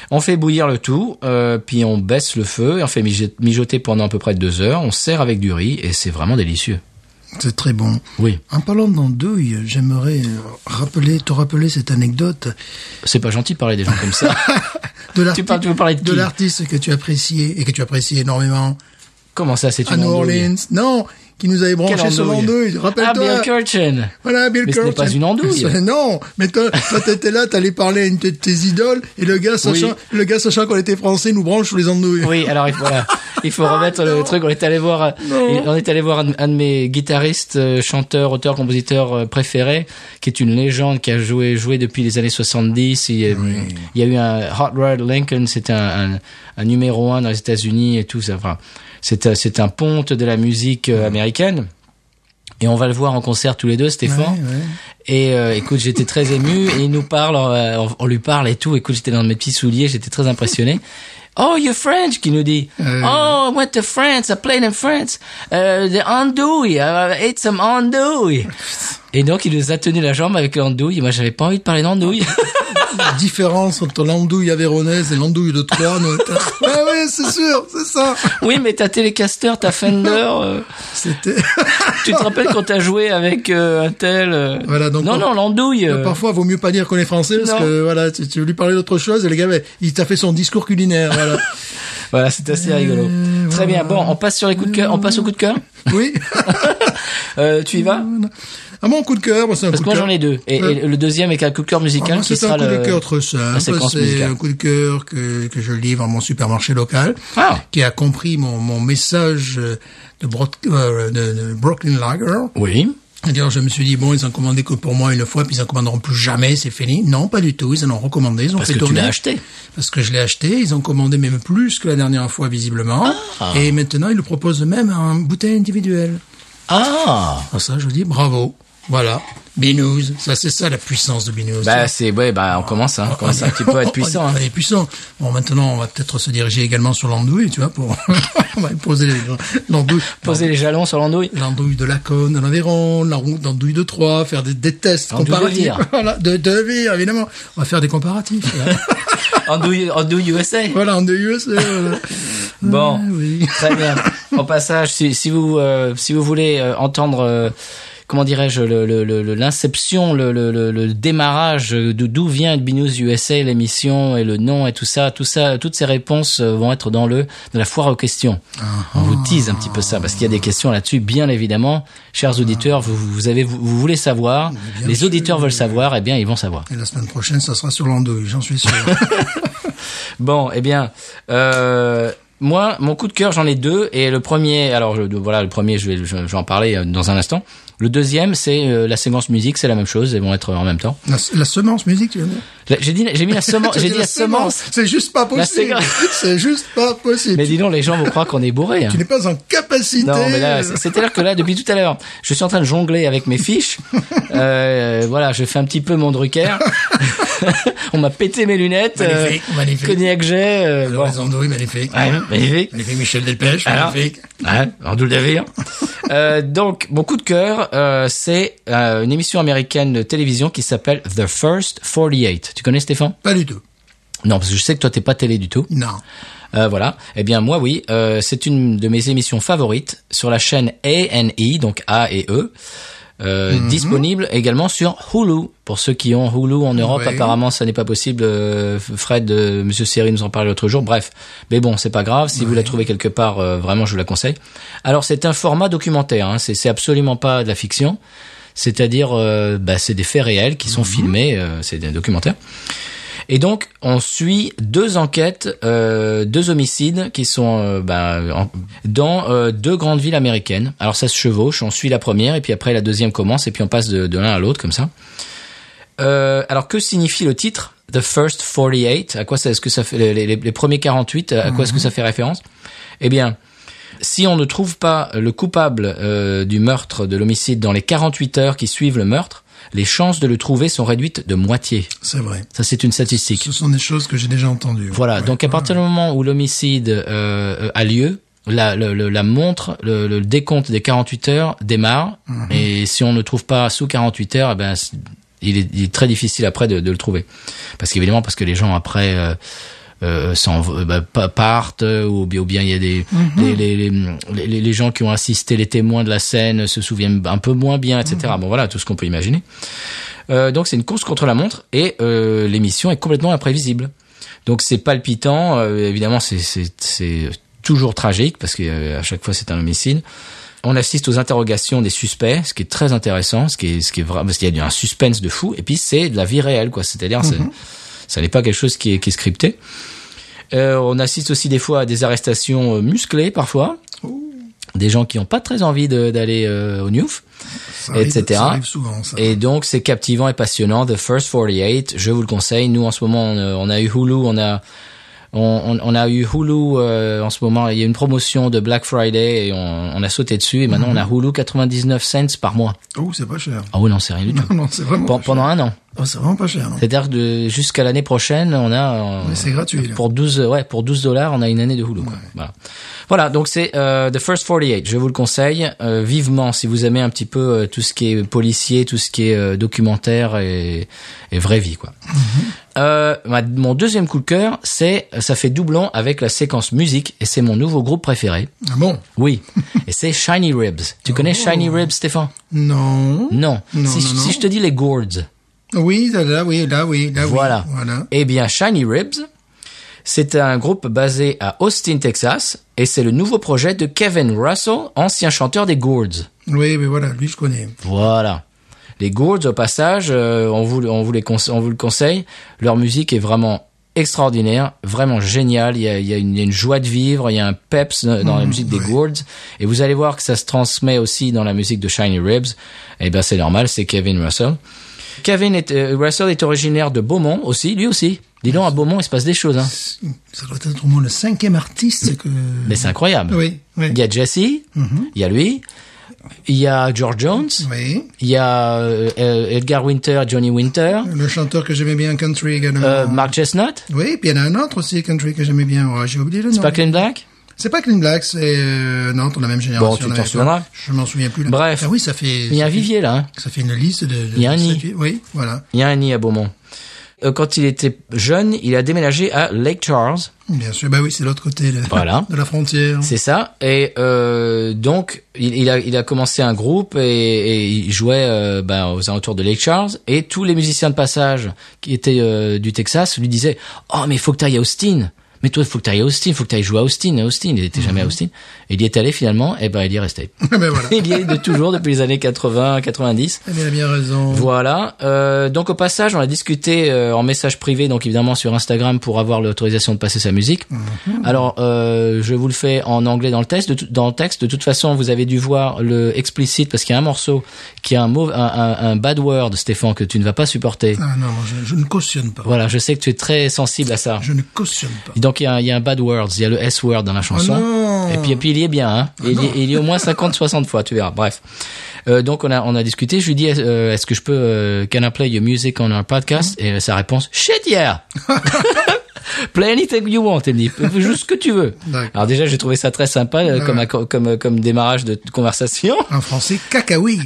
Speaker 1: On fait bouillir le tout, euh, puis on baisse le feu, et on fait mijoter- mijoter pendant à peu près deux heures, on sert avec du riz, et c'est vraiment délicieux.
Speaker 2: C'est très bon.
Speaker 1: Oui,
Speaker 2: En parlant d'andouille, j'aimerais euh, rappeler, te rappeler cette anecdote
Speaker 1: c'est pas gentil de parler des gens comme *laughs* ça.
Speaker 2: de l'artiste,
Speaker 1: parles- tu veux parler de qui
Speaker 2: l'artiste que tu appréciais et que tu apprécies énormément
Speaker 1: Comment ça, c'est
Speaker 2: à
Speaker 1: une
Speaker 2: New
Speaker 1: andouille
Speaker 2: Orleans. Non, qui nous avait
Speaker 1: Quelle
Speaker 2: branché sur
Speaker 1: andouille
Speaker 2: l'andouille.
Speaker 1: Ah, Bill
Speaker 2: Rappelle-toi.
Speaker 1: Kirchen
Speaker 2: Voilà, Bill
Speaker 1: Mais ce n'est
Speaker 2: Curtin.
Speaker 1: pas une andouille.
Speaker 2: C'est- *laughs* Non, mais toi, toi, t'étais là, t'allais parler à une de tes idoles, et le gars, sachant,
Speaker 1: Oui.
Speaker 2: le gars, sachant qu'on était français, nous branche sur les andouilles.
Speaker 1: Oui, alors il faut, voilà. il faut remettre le truc. On est allé voir, euh, on est allé voir un, un de mes guitaristes, euh, chanteurs, auteurs, compositeurs euh, préférés, qui est une légende qui a joué, joué depuis les années 70. Il, y a- il y a eu un Hot Rod Lincoln, c'était un, un, un numéro un dans les États-Unis et tout ça. Enfin, c'est, un- c'est un ponte de la musique euh, américaine. Et on va le voir en concert tous les deux, Stéphane. Et euh, écoute, j'étais très ému et il nous parle, euh, on, on lui parle et tout. Écoute, j'étais dans mes petits souliers, j'étais très
Speaker 2: *laughs*
Speaker 1: impressionné. Oh, you're French, qui nous dit.
Speaker 2: Euh,
Speaker 1: Oh, I went to France, I played in France. Uh, the andouille, I ate some andouille. Et donc, il nous a tenu la jambe avec l'andouille. Moi, j'avais pas envie de parler
Speaker 2: *laughs*
Speaker 1: d'andouille.
Speaker 2: La différence entre l'andouille avéronaise et l'andouille de
Speaker 1: *laughs*
Speaker 2: Troyes. ah oui, c'est sûr, c'est ça.
Speaker 1: oui, mais t'as Telecaster, t'as Fender. euh,
Speaker 2: C'était.
Speaker 1: tu te rappelles quand t'as joué avec euh, un tel. euh,
Speaker 2: Voilà, donc
Speaker 1: non,
Speaker 2: on-
Speaker 1: non, l'andouille. euh,
Speaker 2: Parfois, vaut mieux pas dire qu'on est français, parce
Speaker 1: Non.
Speaker 2: que, voilà, tu, tu veux lui parler d'autre chose, et le gars, ben, il t'a fait son discours culinaire,
Speaker 1: *laughs*
Speaker 2: voilà.
Speaker 1: Voilà, c'est assez rigolo. Très bien. Bon, on passe sur les coups de cœur. On passe au coup de cœur.
Speaker 2: oui.
Speaker 1: Euh, tu y vas
Speaker 2: Ah, mon coup de cœur, moi, c'est un
Speaker 1: Parce
Speaker 2: coup
Speaker 1: que moi
Speaker 2: de
Speaker 1: j'en
Speaker 2: cœur.
Speaker 1: ai deux. Et,
Speaker 2: Ouais.
Speaker 1: et le deuxième est un coup de cœur
Speaker 2: Ah,
Speaker 1: musical
Speaker 2: moi,
Speaker 1: qui
Speaker 2: C'est
Speaker 1: sera
Speaker 2: un coup
Speaker 1: le.
Speaker 2: de cœur très simple.
Speaker 1: séquence
Speaker 2: C'est
Speaker 1: musicale.
Speaker 2: un coup de cœur que, que je livre à mon supermarché local,
Speaker 1: Ah.
Speaker 2: qui a compris mon, mon message euh, de, Brod- euh, de- de Brooklyn Lager.
Speaker 1: Oui.
Speaker 2: D'ailleurs, je me suis dit, bon, ils ont commandé que pour moi une fois, puis ils en commanderont plus jamais, c'est fini. Non, pas du tout, ils en ont recommandé, ils ont
Speaker 1: Parce
Speaker 2: fait
Speaker 1: que tu
Speaker 2: tourner.
Speaker 1: l'as acheté.
Speaker 2: Parce que je l'ai acheté, ils ont commandé même plus que la dernière fois, visiblement.
Speaker 1: Ah.
Speaker 2: Et maintenant, ils le proposent même en bouteille individuelle.
Speaker 1: Ah
Speaker 2: Ah, ça, je dis bravo. Voilà. Binous. Ça, c'est ça la puissance de Binous.
Speaker 1: Bah c'est ouais bah on commence hein, on commence un
Speaker 2: *laughs*
Speaker 1: petit peu à être puissant. hein.
Speaker 2: On est puissant. Bon, maintenant, on va peut-être se diriger également sur l'andouille, tu vois, pour, *laughs* on va poser les- l'andouille.
Speaker 1: *laughs* Poser les jalons sur l'andouille.
Speaker 2: L'andouille de Lacône à l'Aveyron, l'andou- l'andouille de Troyes, faire des, des tests
Speaker 1: L'andouille de
Speaker 2: comparatifs.
Speaker 1: Vire.
Speaker 2: *laughs* Voilà, de, de Vire, évidemment. On va faire des comparatifs.
Speaker 1: *laughs*
Speaker 2: là.
Speaker 1: Andouille andouille USA.
Speaker 2: voilà, en US. Voilà.
Speaker 1: Bon.
Speaker 2: Ah, oui.
Speaker 1: *laughs* Très bien. Au passage, si, si vous euh, si vous voulez euh, entendre euh, comment dirais-je le- le- le- le- l'inception, le, le, le, le démarrage, euh, d'o- d'où vient Happy News USA, l'émission et le nom et tout ça, tout ça, toutes ces réponses euh, vont être dans le dans la foire aux questions.
Speaker 2: Ah.
Speaker 1: On vous tease un petit peu ça parce qu'il y a des questions là-dessus, bien évidemment, chers auditeurs, vous vous avez vous, vous voulez savoir,
Speaker 2: Ah. bien
Speaker 1: les
Speaker 2: sûr.
Speaker 1: auditeurs veulent savoir, eh bien ils vont savoir.
Speaker 2: Et la semaine prochaine, ça sera sur l'andouille,
Speaker 1: *laughs*
Speaker 2: j'en suis sûr.
Speaker 1: Bon, eh bien, euh, moi, mon coup de cœur, j'en ai deux. Et le premier, alors je- voilà, le premier, je vais, je, je vais en parler euh, dans un instant. Le deuxième, c'est euh, la séquence musique, c'est la même chose, elles vont être en même temps.
Speaker 2: la, la semence musique, tu veux dire
Speaker 1: La- J'ai dit,
Speaker 2: *laughs*
Speaker 1: j'ai mis la semence, j'ai dit la semence.
Speaker 2: C'est juste pas possible.
Speaker 1: séquence.
Speaker 2: *laughs* C'est juste pas possible.
Speaker 1: Mais dis donc, les gens vont croire qu'on est bourré. hein.
Speaker 2: tu n'es pas en capacité. Euh,
Speaker 1: Non, mais là, c'est- c'est à dire que là, depuis tout à l'heure, je suis en train de jongler avec mes
Speaker 2: *laughs*
Speaker 1: fiches. Euh, voilà, je fais un petit peu mon Drucker. On m'a pété mes lunettes.
Speaker 2: Magnifique, magnifique.
Speaker 1: euh, Cognac j'ai. euh,
Speaker 2: Alors,
Speaker 1: bon.
Speaker 2: les andouilles, magnifique.
Speaker 1: Ouais, magnifique.
Speaker 2: Magnifique, Michel Delpech,
Speaker 1: Alors
Speaker 2: magnifique.
Speaker 1: Ouais, Hein, en double navire. euh, donc, mon coup de cœur, euh, c'est euh, une émission américaine de télévision qui s'appelle The First 48. Tu connais Stéphane
Speaker 2: Pas du tout.
Speaker 1: Non, parce que je sais que toi t'es pas télé du tout.
Speaker 2: Non.
Speaker 1: Euh, voilà. Eh bien, moi, oui. Euh, c'est une de mes émissions favorites sur la chaîne A&E, donc A et E. Euh, disponible également sur Hulu pour ceux qui ont Hulu en Europe
Speaker 2: Ouais.
Speaker 1: apparemment ça n'est pas possible Euh, Fred euh, Monsieur Seri nous en parlait l'autre jour bref mais bon c'est pas grave si vous la trouvez quelque part euh, vraiment je vous la conseille alors c'est un format documentaire hein. c'est c'est absolument pas de la fiction c'est-à-dire euh, bah, c'est des faits réels qui sont filmés euh, c'est des documentaires et donc, on suit deux enquêtes, euh, deux homicides qui sont euh, ben, en- dans euh, deux grandes villes américaines. Alors ça se chevauche, on suit la première et puis après la deuxième commence et puis on passe de, de l'un à l'autre comme ça. Euh, alors que signifie le titre The First 48 À quoi ça- est-ce que ça fait les, les- les premiers 48 À quoi est-ce que ça fait référence Eh bien, si on ne trouve pas le coupable euh, du meurtre, de l'homicide dans les 48 heures qui suivent le meurtre, les chances de le trouver sont réduites de moitié.
Speaker 2: C'est vrai.
Speaker 1: Ça, c'est une statistique.
Speaker 2: Ce sont des choses que j'ai déjà entendues.
Speaker 1: Voilà,
Speaker 2: Ouais.
Speaker 1: donc à partir du moment où l'homicide euh, euh, a lieu, la, le- le- la montre, le, le décompte des 48 heures démarre, et si on ne trouve pas sous 48 heures, eh ben, c'est- il, est, il est très difficile après de, de le trouver. Parce qu'évidemment, parce que les gens après... Euh, euh, s'en v- euh, bah, pa- partent euh, ou bien, ou bien il y a des les, les, les- les- les gens qui ont assisté les témoins de la scène se souviennent un peu moins bien etc bon voilà tout ce qu'on peut imaginer euh, donc c'est une course contre la montre et euh, l'émission est complètement imprévisible. Donc c'est palpitant, euh, évidemment c'est- c'est c'est toujours tragique parce que euh, à chaque fois c'est un homicide. On assiste aux interrogations des suspects, ce qui est très intéressant, ce qui est ce qui est vrai parce qu'il y a un suspense de fou et puis c'est de la vie réelle quoi, c'est-à-dire c'est- ça n'est pas quelque chose qui est, qui est scripté. Euh, on assiste aussi des fois à des arrestations euh, musclées parfois. Des gens qui n'ont pas très envie de- d'aller euh, au Newf.
Speaker 2: Ça arrive-
Speaker 1: etc.
Speaker 2: Ça arrive souvent, ça.
Speaker 1: Et donc c'est captivant et passionnant. The First 48, je vous le conseille. Nous en ce moment on, euh, on a eu Hulu, on a on, on- on a eu Hulu euh, en ce moment. Il y a une promotion de Black Friday et on, on a sauté dessus et maintenant on a Hulu 99 cents par mois.
Speaker 2: Oh, c'est pas cher.
Speaker 1: Ah oui, non c'est rien
Speaker 2: *laughs*
Speaker 1: du tout.
Speaker 2: Non, non, c'est vraiment
Speaker 1: Pen-
Speaker 2: pas cher.
Speaker 1: Pendant un an.
Speaker 2: Oh, c'est vraiment pas cher, non.
Speaker 1: C'est-à-dire que jusqu'à l'année prochaine, on a euh,
Speaker 2: Mais c'est gratuit, là.
Speaker 1: pour 12 ouais pour 12 dollars, on a une année de Hulu. quoi. Voilà. Voilà, donc c'est euh, The First 48. Je vous le conseille euh, vivement si vous aimez un petit peu euh, tout ce qui est policier, tout ce qui est euh, documentaire et, et vraie vie quoi.
Speaker 2: Mm-hmm.
Speaker 1: Euh, ma- mon deuxième coup de cœur, c'est ça fait doublon avec la séquence musique et c'est mon nouveau groupe préféré.
Speaker 2: Ah bon?
Speaker 1: Oui,
Speaker 2: *laughs*
Speaker 1: et c'est Shiny Ribs. Tu connais Shiny Ribs, Stéphane
Speaker 2: Non.
Speaker 1: Non.
Speaker 2: Oh. Non,
Speaker 1: si,
Speaker 2: non, non.
Speaker 1: si je te dis les gourds.
Speaker 2: Oui, là, là, oui, là, oui, là, oui.
Speaker 1: Voilà.
Speaker 2: Voilà.
Speaker 1: Eh bien, Shiny Ribs, c'est un groupe basé à Austin, Texas, et c'est le nouveau projet de Kevin Russell, ancien chanteur des Gourds.
Speaker 2: Oui, mais voilà, lui, je connais.
Speaker 1: Voilà. Les Gourds, au passage, euh, on, vous, on, vous les conse- on vous le conseille, leur musique est vraiment extraordinaire, vraiment génial. Il y a, il y a une, il y a une joie de vivre, il y a un peps dans dans la musique des
Speaker 2: Mm, ouais.
Speaker 1: Gourds. Et vous allez voir que ça se transmet aussi dans la musique de Shiny Ribs. Et ben c'est normal, c'est Kevin Russell. Kevin est, euh, Russell est originaire de Beaumont aussi, lui aussi. Dis donc, à Beaumont, il se passe des choses. Hein.
Speaker 2: Ça doit être au moins le cinquième artiste que...
Speaker 1: Mais c'est incroyable.
Speaker 2: Oui, Mm-hmm. oui.
Speaker 1: Il y a Jesse, il y a lui, il y a George Jones,
Speaker 2: Oui.
Speaker 1: il y a euh, euh, Edgar Winter, Johnny Winter,
Speaker 2: Le chanteur que j'aimais bien, Country également.
Speaker 1: euh, Mark Chestnut,
Speaker 2: Oui, puis il y en a un autre aussi, Country, que j'aimais bien. Ouais, J'ai oublié le nom.
Speaker 1: c'est pas Clean Black
Speaker 2: C'est pas Clean Black, c'est... Euh, non, on la même génération.
Speaker 1: Bon, tu
Speaker 2: on a
Speaker 1: t'en
Speaker 2: même-
Speaker 1: souviendras.
Speaker 2: Je m'en souviens plus. Là.
Speaker 1: Bref.
Speaker 2: Ah oui, ça fait...
Speaker 1: Il y a un vivier là. hein.
Speaker 2: Ça fait une liste de... de-
Speaker 1: Il y a un
Speaker 2: de
Speaker 1: nid.
Speaker 2: statues. Oui, voilà.
Speaker 1: Il y a un nid à Beaumont. Euh, Quand il était jeune, il a déménagé à Lake Charles.
Speaker 2: Bien sûr, bah oui, c'est l'autre côté là,
Speaker 1: Voilà.
Speaker 2: *laughs* de la frontière.
Speaker 1: C'est ça. Et euh, donc, il, il a, il a commencé un groupe et, et il jouait euh, ben, aux alentours de Lake Charles. Et tous les musiciens de passage qui étaient euh, du Texas lui disaient « Oh, mais faut que t'ailles à Austin. Mais toi, faut que t'ailles à Austin. Faut que t'ailles jouer à Austin. À Austin. » Il était jamais à Austin. Et il y est allé finalement. Et ben, il y est resté.
Speaker 2: Mais voilà.
Speaker 1: il y est de toujours depuis les années 80, 90.
Speaker 2: Mais Elle a bien raison.
Speaker 1: Voilà. Euh, donc au passage, on a discuté euh, en message privé, donc évidemment sur Instagram pour avoir l'autorisation de passer sa musique. Alors, euh, je vous le fais en anglais dans le texte. De tout- dans le texte, de toute façon, vous avez dû voir le explicite parce qu'il y a un morceau qui a un, mau- un, un- un bad word, Stéphane, que tu ne vas pas supporter.
Speaker 2: Ah non, moi, je, je ne cautionne pas.
Speaker 1: Voilà, je sais que tu es très sensible à ça.
Speaker 2: Je ne cautionne pas.
Speaker 1: Donc il y, a, un- il y a un bad word, il y a le S word dans la chanson.
Speaker 2: Oh non.
Speaker 1: et puis et puis il y est bien, hein. il, y, il y est au moins 50 60 fois, tu verras. Bref. Euh, donc on a on a discuté, je lui dis euh, est-ce que je peux euh, can I play your music on our podcast et euh, sa réponse shit yeah. Play anything you want, elle me dit juste ce que tu veux.
Speaker 2: D'accord.
Speaker 1: Alors déjà j'ai trouvé ça très sympa euh, comme acco- comme euh, comme démarrage de conversation, *laughs*
Speaker 2: En français, cacaoui.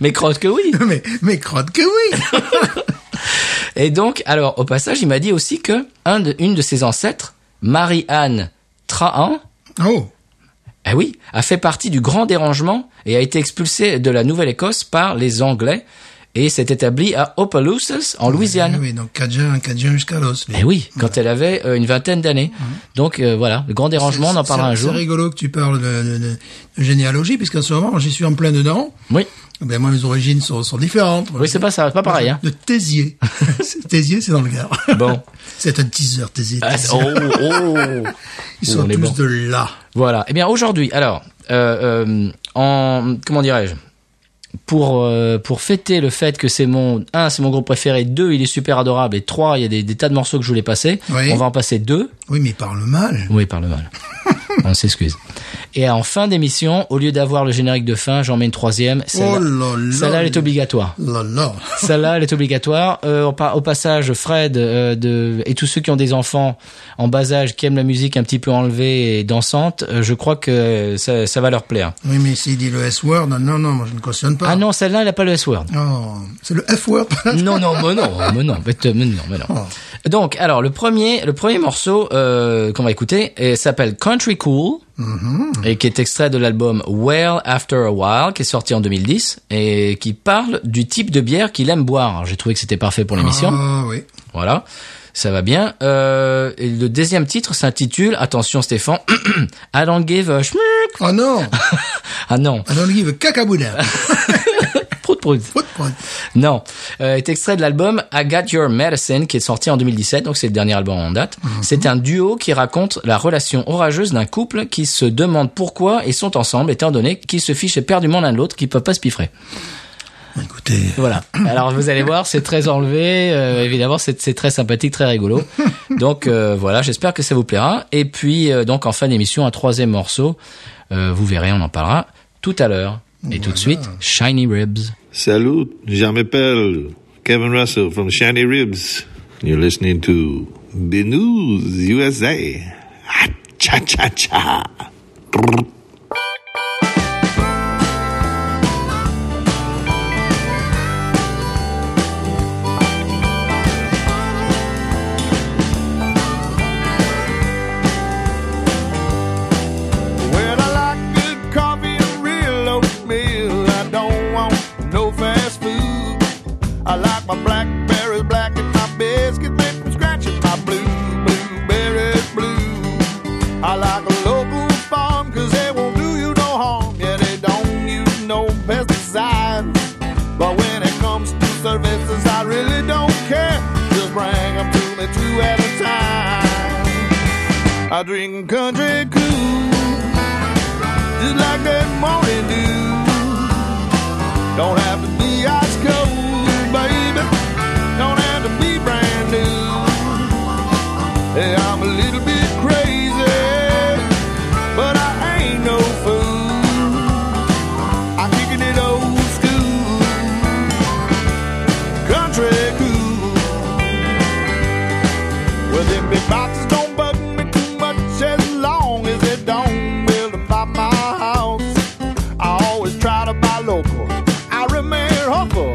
Speaker 1: mais crois que oui.
Speaker 2: *laughs* mais, mais crotte que oui.
Speaker 1: Et donc, alors, au passage, il m'a dit aussi que un de, une de ses ancêtres, Marie-Anne Trahan,
Speaker 2: Oh.
Speaker 1: eh oui, a fait partie du grand dérangement et a été expulsée de la Nouvelle-Écosse par les Anglais et s'est établie à Opelousas, en Louisiane.
Speaker 2: Eh Oui, donc Cajun, Cajun jusqu'à l'os. lui.
Speaker 1: Eh oui, quand elle avait euh, une vingtaine d'années. Donc euh, voilà, le grand dérangement, on en
Speaker 2: C'est-
Speaker 1: parlera un
Speaker 2: c'est-
Speaker 1: jour.
Speaker 2: C'est rigolo que tu parles de, de- de- de généalogie, puisqu'en ce moment, j'y suis en plein dedans.
Speaker 1: Oui,
Speaker 2: Ben, moi, mes origines sont, sont différentes.
Speaker 1: oui, c'est pas ça, pas pareil.
Speaker 2: *laughs*
Speaker 1: Hein. *laughs*
Speaker 2: De Tézier. C'est- Tézier, c'est dans le Gard.
Speaker 1: Bon,
Speaker 2: C'est un teaser, Tézier.
Speaker 1: Ah,
Speaker 2: Tézier.
Speaker 1: c'est- oh, oh.
Speaker 2: Ils
Speaker 1: Oh,
Speaker 2: sont
Speaker 1: on est
Speaker 2: tous
Speaker 1: bon.
Speaker 2: de là.
Speaker 1: Voilà. Eh bien, aujourd'hui, alors, euh, euh, en comment dirais-je pour euh, pour fêter le fait que c'est mon un c'est mon groupe préféré, deux il est super adorable et trois il y a des, des tas de morceaux que je voulais passer.
Speaker 2: Oui.
Speaker 1: On va en passer deux.
Speaker 2: Oui, mais ils parlent mal.
Speaker 1: Oui, par le
Speaker 2: *laughs*
Speaker 1: mal. On s'excuse. Et en fin d'émission, au lieu d'avoir le générique de fin, j'en mets une troisième.
Speaker 2: Oh
Speaker 1: Celle-là,
Speaker 2: là là. Oh
Speaker 1: celle-là, elle est
Speaker 2: *laughs*
Speaker 1: obligatoire.
Speaker 2: Là là.
Speaker 1: Celle-là, elle est obligatoire. Euh, au pa- au passage, Fred euh, de, et tous ceux qui ont des enfants en bas âge qui aiment la musique un petit peu enlevée et dansante, euh, je crois que ça, ça va leur plaire.
Speaker 2: Oui, mais s'il dit le S-word, non, non, moi, je ne cautionne pas.
Speaker 1: Ah non, celle-là, elle a pas le
Speaker 2: *laughs*
Speaker 1: S-word.
Speaker 2: Oh, c'est le F-word. Oh.
Speaker 1: Non, non, mais non, mais non, mais te- mais non, mais non. Donc, alors, le premier, le premier morceau euh, qu'on va écouter euh, s'appelle Country Cool
Speaker 2: Mhm.
Speaker 1: et qui est extrait de l'album Well After a While, qui est sorti en 2010 et qui parle du type de bière qu'il aime boire. Alors, J'ai trouvé que c'était parfait pour l'émission.
Speaker 2: Ah oui.
Speaker 1: Voilà, ça va bien. Euh, et le deuxième titre s'intitule, attention Stéphane, *clears throat* I don't give a schmuck.
Speaker 2: Oh
Speaker 1: *laughs*
Speaker 2: non.
Speaker 1: Ah non,
Speaker 2: I don't give a cacaboudin.
Speaker 1: prout prout.
Speaker 2: Prout, prout.
Speaker 1: Non, euh, est extrait de l'album I Got Your Medicine qui est sorti en 2017, donc c'est le dernier album en date. C'est un duo qui raconte la relation orageuse d'un couple qui se demande pourquoi ils sont ensemble, étant donné qu'ils se fichent éperdument l'un de l'autre, qu'ils peuvent pas se piffrer.
Speaker 2: Écoutez.
Speaker 1: Voilà. *coughs* Alors vous allez voir, c'est très enlevé, euh, évidemment c'est c'est très sympathique, très rigolo. Donc euh, voilà, j'espère que ça vous plaira. Et puis euh, donc en fin d'émission, un troisième morceau, Euh, vous verrez, on en parlera tout à l'heure. Et tout de suite, Shiny Ribs.
Speaker 4: Salut, je m'appelle Kevin Russell from Shiny Ribs. You're listening to The News USA. Ah, Cha cha cha.
Speaker 5: Well, I like good coffee and real oatmeal. I don't want no fast food. I like my blackberries black and my biscuits made from scratch and my blue blueberries blue. I like a local farm 'cause they won't do you no harm. Yeah, they don't use no pesticides. But when it comes to services, I really don't care. Just bring them to me two at a time. I drink country cool, just like that morning dew. Don't have to be ice cold, baby. Don't have to be brand new. Hey, I'm a little bit crazy, but I ain't no fool. I'm kicking it old school, country cool. Well, them big boxes don't bug me too much as long as they don't build them by my house. I always try to buy local. I remain hopeful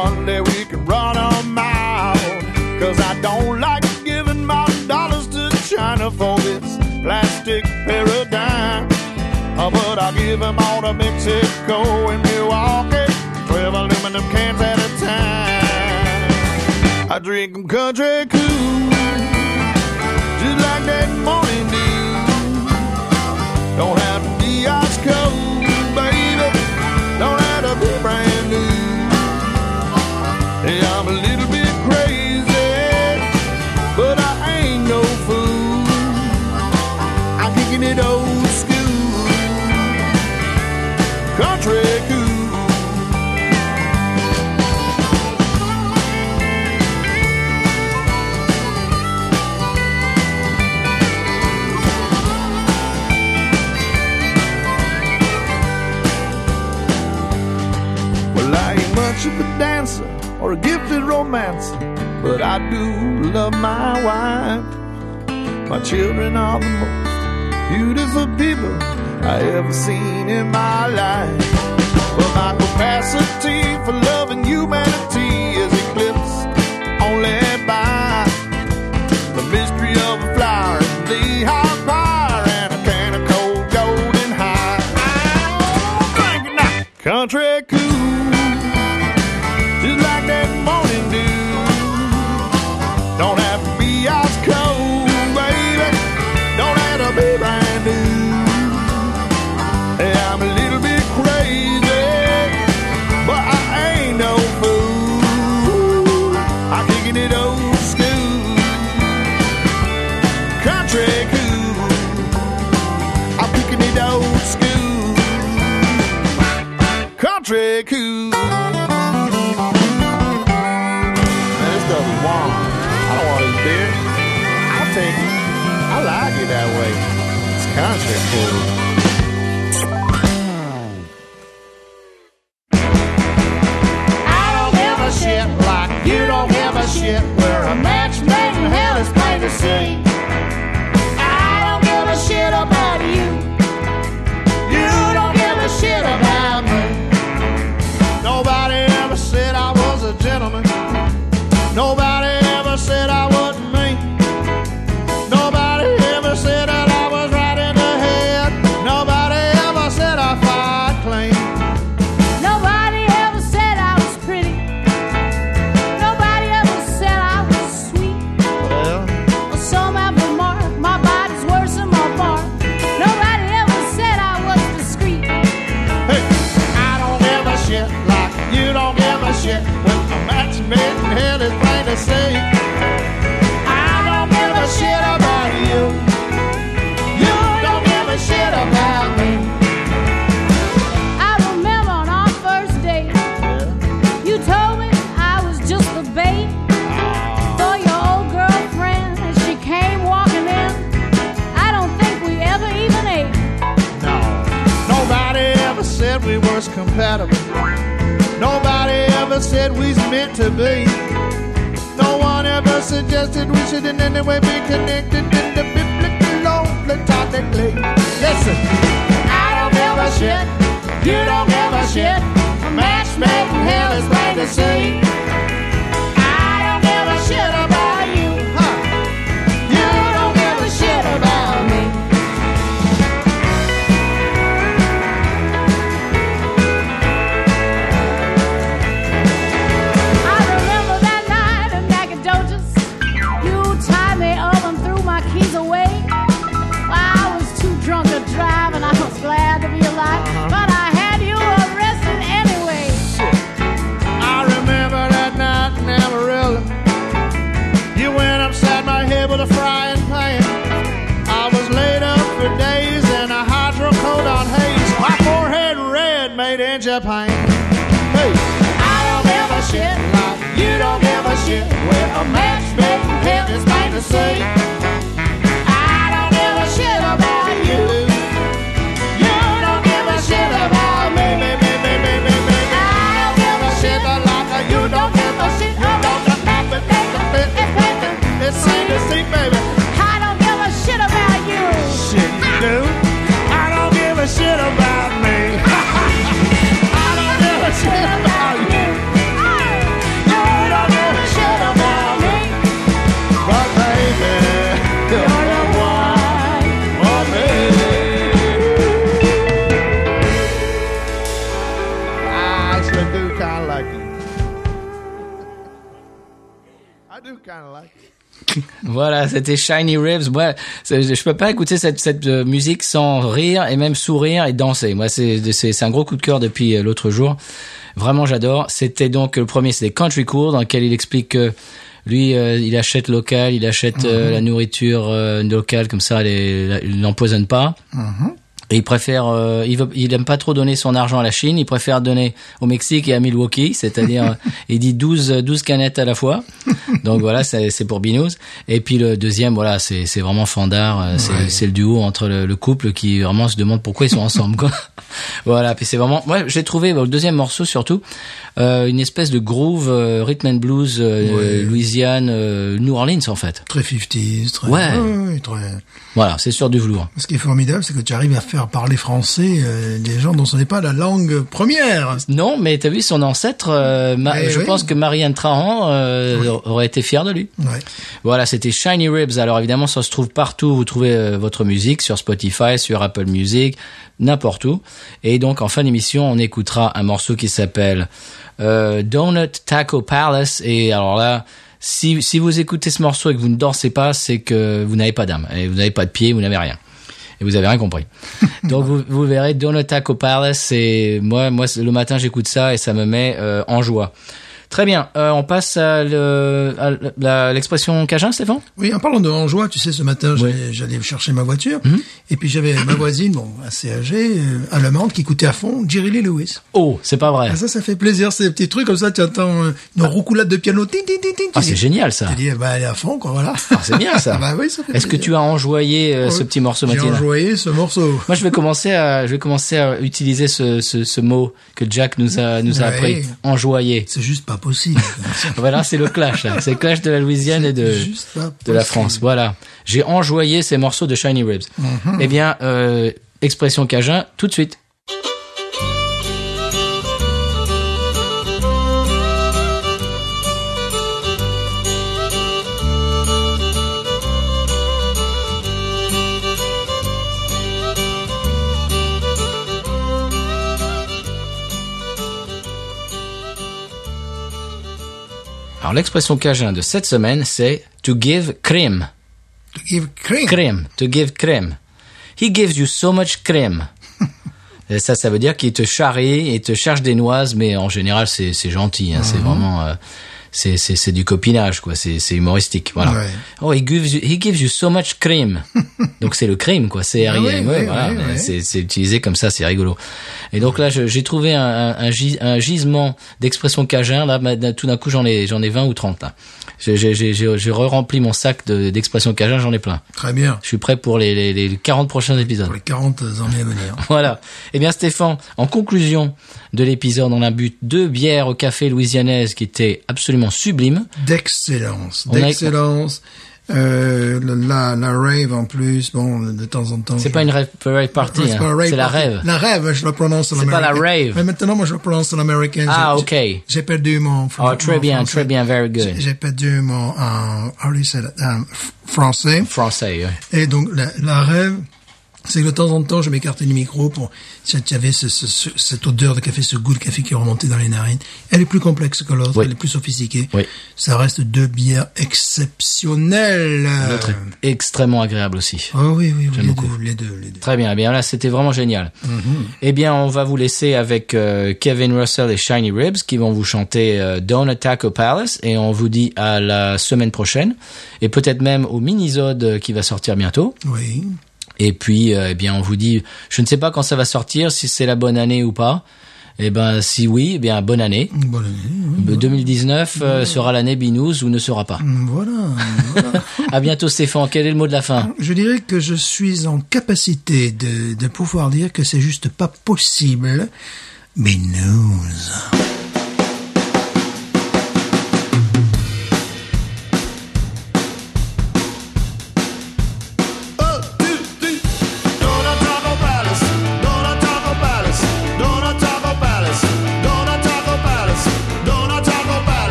Speaker 5: one day we can run 'em out. Cause I don't like giving my dollars to China for this plastic paradigm. Uh, but I give 'em all to Mexico and Milwaukee. Twelve aluminum cans at a time. I drink 'em country cool. Just like that morning dew. Don't have to be ice cold, baby. Don't have to be brand new. Hey, I'm a little bit crazy, but I ain't no fool. I'm kicking it old school, country cool. Well, I ain't much of a dancer or a gifted romancer, but I do love my wife. My children are the most beautiful people I ever seen in my life. But my capacity for loving humanity is eclipsed only by the mystery of a flower and the high fire and a can of cold golden high. Country cool, just like that morning dew. Don't have to be ice cold, baby. Don't have to be brand new. Hey, I'm a little bit crazy, but I ain't no fool. I'm kicking it old school, country cool. I'm kicking it old school, country cool. Man, this stuff is warm. I don't want this beer. I take it. I like it that way. It's country cool. I don't give a shit like you don't give a shit. We're a match made in hell, it's plain to see. I don't give a shit about you. You don't give a shit about me. Nobody ever said I was a gentleman. Nobody ever said I wasn't me. Nobody ever said that I was right in the head. Nobody ever said I fight clean.
Speaker 6: Nobody ever said I was pretty. Nobody ever said I was sweet.
Speaker 5: Well,
Speaker 6: Well, some have remarked my body's worse than my bar. Nobody ever said I was discreet.
Speaker 5: hey, I don't give a shit like you don't give a shit. When the match made in hell is plain to see. I don't give a shit about you. You don't give a shit about me.
Speaker 6: I remember on our first date, you told me I was just a bait for your old girlfriend, and she came walking in. I don't think we ever even ate.
Speaker 5: No. Nobody ever said we was compatible. Nobody ever said we's meant to be. No one ever suggested we should in any way be connected in the biblical or platonically. Listen, I don't give a shit. You don't give a shit. A match made in hell is plain to see. I don't give a shit about you, huh? You don't give a shit about me.
Speaker 6: I remember that night in Nacogdoches. You tied me up and threw my keys away. I was too drunk to drive, and I was glad to be
Speaker 5: Uh-huh.
Speaker 6: alive. But I had you arrested anyway.
Speaker 5: I remember that major pain. Hey, I don't give a shit like you don't give a shit. We're a match made in heaven's fantasy. I don't give a shit about you. You don't give a shit about me, me, me, me, me, me, me. I don't give a shit like you don't give a shit. I don't give a shit. It's perfect. It's fantasy, baby.
Speaker 6: I don't give a shit about you.
Speaker 5: Shit, you do. I don't give a shit about me. *laughs* I don't give a shit about you. You don't give a shit about me. But baby, you're the one for me. I actually do kind of like you. I do kind of like you.
Speaker 1: Voilà, c'était Shiny Ribs. Moi, c'est- je peux pas écouter cette, cette euh, musique sans rire et même sourire et danser. Moi, c'est c'est- c'est un gros coup de cœur depuis euh, l'autre jour. Vraiment, j'adore. C'était donc euh, le premier, c'était Country Court, dans lequel il explique que lui, euh, il achète local, il achète euh, la nourriture euh, locale, comme ça, les- la- il n'empoisonne pas. Et il préfère, euh, il, veut, il aime pas trop donner son argent à la Chine, il préfère donner au Mexique et à Milwaukee, c'est-à-dire, euh, il dit 12, euh, 12 canettes à la fois. Donc voilà, c'est c'est pour Binous. Et puis le deuxième, voilà, c'est c'est vraiment fandard, euh, c'est c'est le duo entre le, le couple qui vraiment se demande pourquoi ils sont ensemble, quoi. voilà, puis c'est vraiment, moi j'ai trouvé, bah, le deuxième morceau surtout, euh, une espèce de groove euh, rhythm and blues, euh, Louisiane, euh, New Orleans en fait.
Speaker 2: Très 50s, très...
Speaker 1: Ouais.
Speaker 2: ouais, très...
Speaker 1: Voilà, c'est sur du velours.
Speaker 2: Ce qui est formidable, c'est que tu arrives à faire parler français euh, des gens dont ce n'est pas la langue première.
Speaker 1: Non, mais t'as vu son ancêtre. euh, Ma-
Speaker 2: Eh
Speaker 1: je
Speaker 2: oui.
Speaker 1: pense que Marianne Trahan euh, aurait été fière de lui.
Speaker 2: Ouais.
Speaker 1: Voilà, c'était Shiny Ribs. Alors évidemment, ça se trouve partout. Vous trouvez euh, votre musique sur Spotify, sur Apple Music, n'importe où. Et donc en fin d'émission, on écoutera un morceau qui s'appelle euh, Donut Taco Palace. Et alors là. Si, si vous écoutez ce morceau et que vous ne dansez pas, c'est que vous n'avez pas d'âme, et vous n'avez pas de pied, vous n'avez rien et vous avez rien compris. Donc vous, vous verrez Donut Taco Palace c'est moi moi c'est- le matin j'écoute ça et ça me met euh, en joie. Très bien, euh, on passe à le- à l- la- l'expression cajun, Stéphane
Speaker 2: Oui, en parlant de Anjoie, tu sais, ce matin, j'allais- j'allais chercher ma voiture,
Speaker 1: Mhm.
Speaker 2: et puis j'avais ma voisine, bon, assez âgée, euh, allemande, qui écoutait à fond Jerry Lee Lewis.
Speaker 1: Oh, c'est pas vrai.
Speaker 2: Ah, ça, ça fait plaisir, ces petits trucs, comme ça, tu entends euh, une roucoulade de piano, tin, tin, tin, tin,
Speaker 1: Ah,
Speaker 2: tu
Speaker 1: c'est
Speaker 2: dis-
Speaker 1: génial ça.
Speaker 2: Tu dis, eh ben, elle est à fond, quoi, voilà.
Speaker 1: Ah, c'est bien *laughs* ça.
Speaker 2: *laughs* bah oui, ça fait
Speaker 1: Est-ce que tu as enjoyé euh, ce petit morceau,
Speaker 2: Oh, J'ai
Speaker 1: Mathilde
Speaker 2: enjoyé ce morceau.
Speaker 1: Moi, je vais commencer à, je vais commencer à utiliser ce, ce, ce mot que Jack nous a, nous a
Speaker 2: Ouais.
Speaker 1: appris. Enjoyer.
Speaker 2: C'est juste pas possible.
Speaker 1: Voilà, c'est le clash. là. C'est le clash de la Louisiane et *laughs* de,
Speaker 2: juste pas
Speaker 1: de la
Speaker 2: possible.
Speaker 1: France. Voilà. J'ai enjoyé ces morceaux de Shiny Ribs. Eh bien, euh, expression cajun, tout de suite. Alors, l'expression cajun de cette semaine, c'est to give cream.
Speaker 2: To give cream.
Speaker 1: Crème. To give crème. He gives you so much
Speaker 2: *laughs*
Speaker 1: crème. Et ça, ça veut dire qu'il te charrie et te charge des noises, mais en général, c'est c'est gentil. hein,
Speaker 2: Mhm.
Speaker 1: C'est vraiment... euh, c'est- c'est c'est du copinage, quoi. C'est c'est humoristique, voilà.
Speaker 2: Ouais.
Speaker 1: Oh, he gives, you, he gives you so much
Speaker 2: *laughs*
Speaker 1: cream. Donc c'est le crime, quoi. C'est
Speaker 2: Ah ouais, ouais,
Speaker 1: voilà.
Speaker 2: ouais,
Speaker 1: mais
Speaker 2: ouais.
Speaker 1: C'est c'est utilisé comme ça, c'est rigolo. Et donc là, je- j'ai trouvé un, un, un gis- un gisement d'expressions cajun. Là, ma- tout d'un coup, j'en ai, j'en ai 20 ou 30. là. J'ai j'ai- j'ai- j'ai- j'ai re-rempli mon sac de- d'expressions cajun, j'en ai plein.
Speaker 2: Très bien.
Speaker 1: Je suis prêt pour les, les, les 40 prochains épisodes.
Speaker 2: Pour les 40 années à venir.
Speaker 1: *laughs* Voilà. Eh bien, Stéphane, en conclusion de l'épisode, on a bu deux bières au café louisianaise qui étaient absolument sublimes.
Speaker 2: d'excellence,
Speaker 1: On a-
Speaker 2: d'excellence. Euh, la, la rave en plus, bon, de temps en temps.
Speaker 1: C'est
Speaker 2: je-
Speaker 1: pas une rave, rave party,
Speaker 2: Ouais, c'est
Speaker 1: hein.
Speaker 2: pas rave
Speaker 1: c'est la
Speaker 2: party.
Speaker 1: rêve.
Speaker 2: La rêve, je la prononce en
Speaker 1: C'est pas la
Speaker 2: américain.
Speaker 1: rave.
Speaker 2: Mais maintenant, moi, je la prononce en américain.
Speaker 1: Ah,
Speaker 2: J'ai-
Speaker 1: ok.
Speaker 2: j'ai- J'ai perdu mon. fr-
Speaker 1: Oh,
Speaker 2: mon
Speaker 1: très bien,
Speaker 2: français.
Speaker 1: très bien, very good.
Speaker 2: J'ai- J'ai perdu mon, euh, how do you say that, euh, f- français.
Speaker 1: Français, ouais.
Speaker 2: Et donc, la, la rêve, c'est que de temps en temps, je m'écartais du micro pour, tu tu avais ce- ce- ce- cette odeur de café, ce goût de café qui remontait dans les narines. Elle est plus complexe que l'autre,
Speaker 1: Oui.
Speaker 2: elle est plus sophistiquée.
Speaker 1: Oui.
Speaker 2: Ça reste deux bières exceptionnelles.
Speaker 1: L'autre est extrêmement agréable aussi.
Speaker 2: Ah oui, oui, oui, les deux, les deux, les deux.
Speaker 1: Très bien. Eh bien là, c'était vraiment génial.
Speaker 2: Mm-hmm.
Speaker 1: Eh bien, on va vous laisser avec euh, Kevin Russell et Shiny Ribs qui vont vous chanter euh, Don't Attack a Palace et on vous dit à la semaine prochaine et peut-être même au minisode euh, qui va sortir bientôt.
Speaker 2: Oui.
Speaker 1: Et puis, euh, eh bien, on vous dit, je ne sais pas quand ça va sortir, si c'est la bonne année ou pas. Eh ben, si oui, eh bien, bonne année.
Speaker 2: Bonne année, oui.
Speaker 1: 2019 euh, sera l'année Binous ou ne sera pas.
Speaker 2: Voilà.
Speaker 1: *laughs*
Speaker 2: voilà.
Speaker 1: À bientôt, Stéphane. Quel est le mot de la fin
Speaker 2: Je dirais que je suis en capacité de, de pouvoir dire que c'est juste pas possible. Mais news.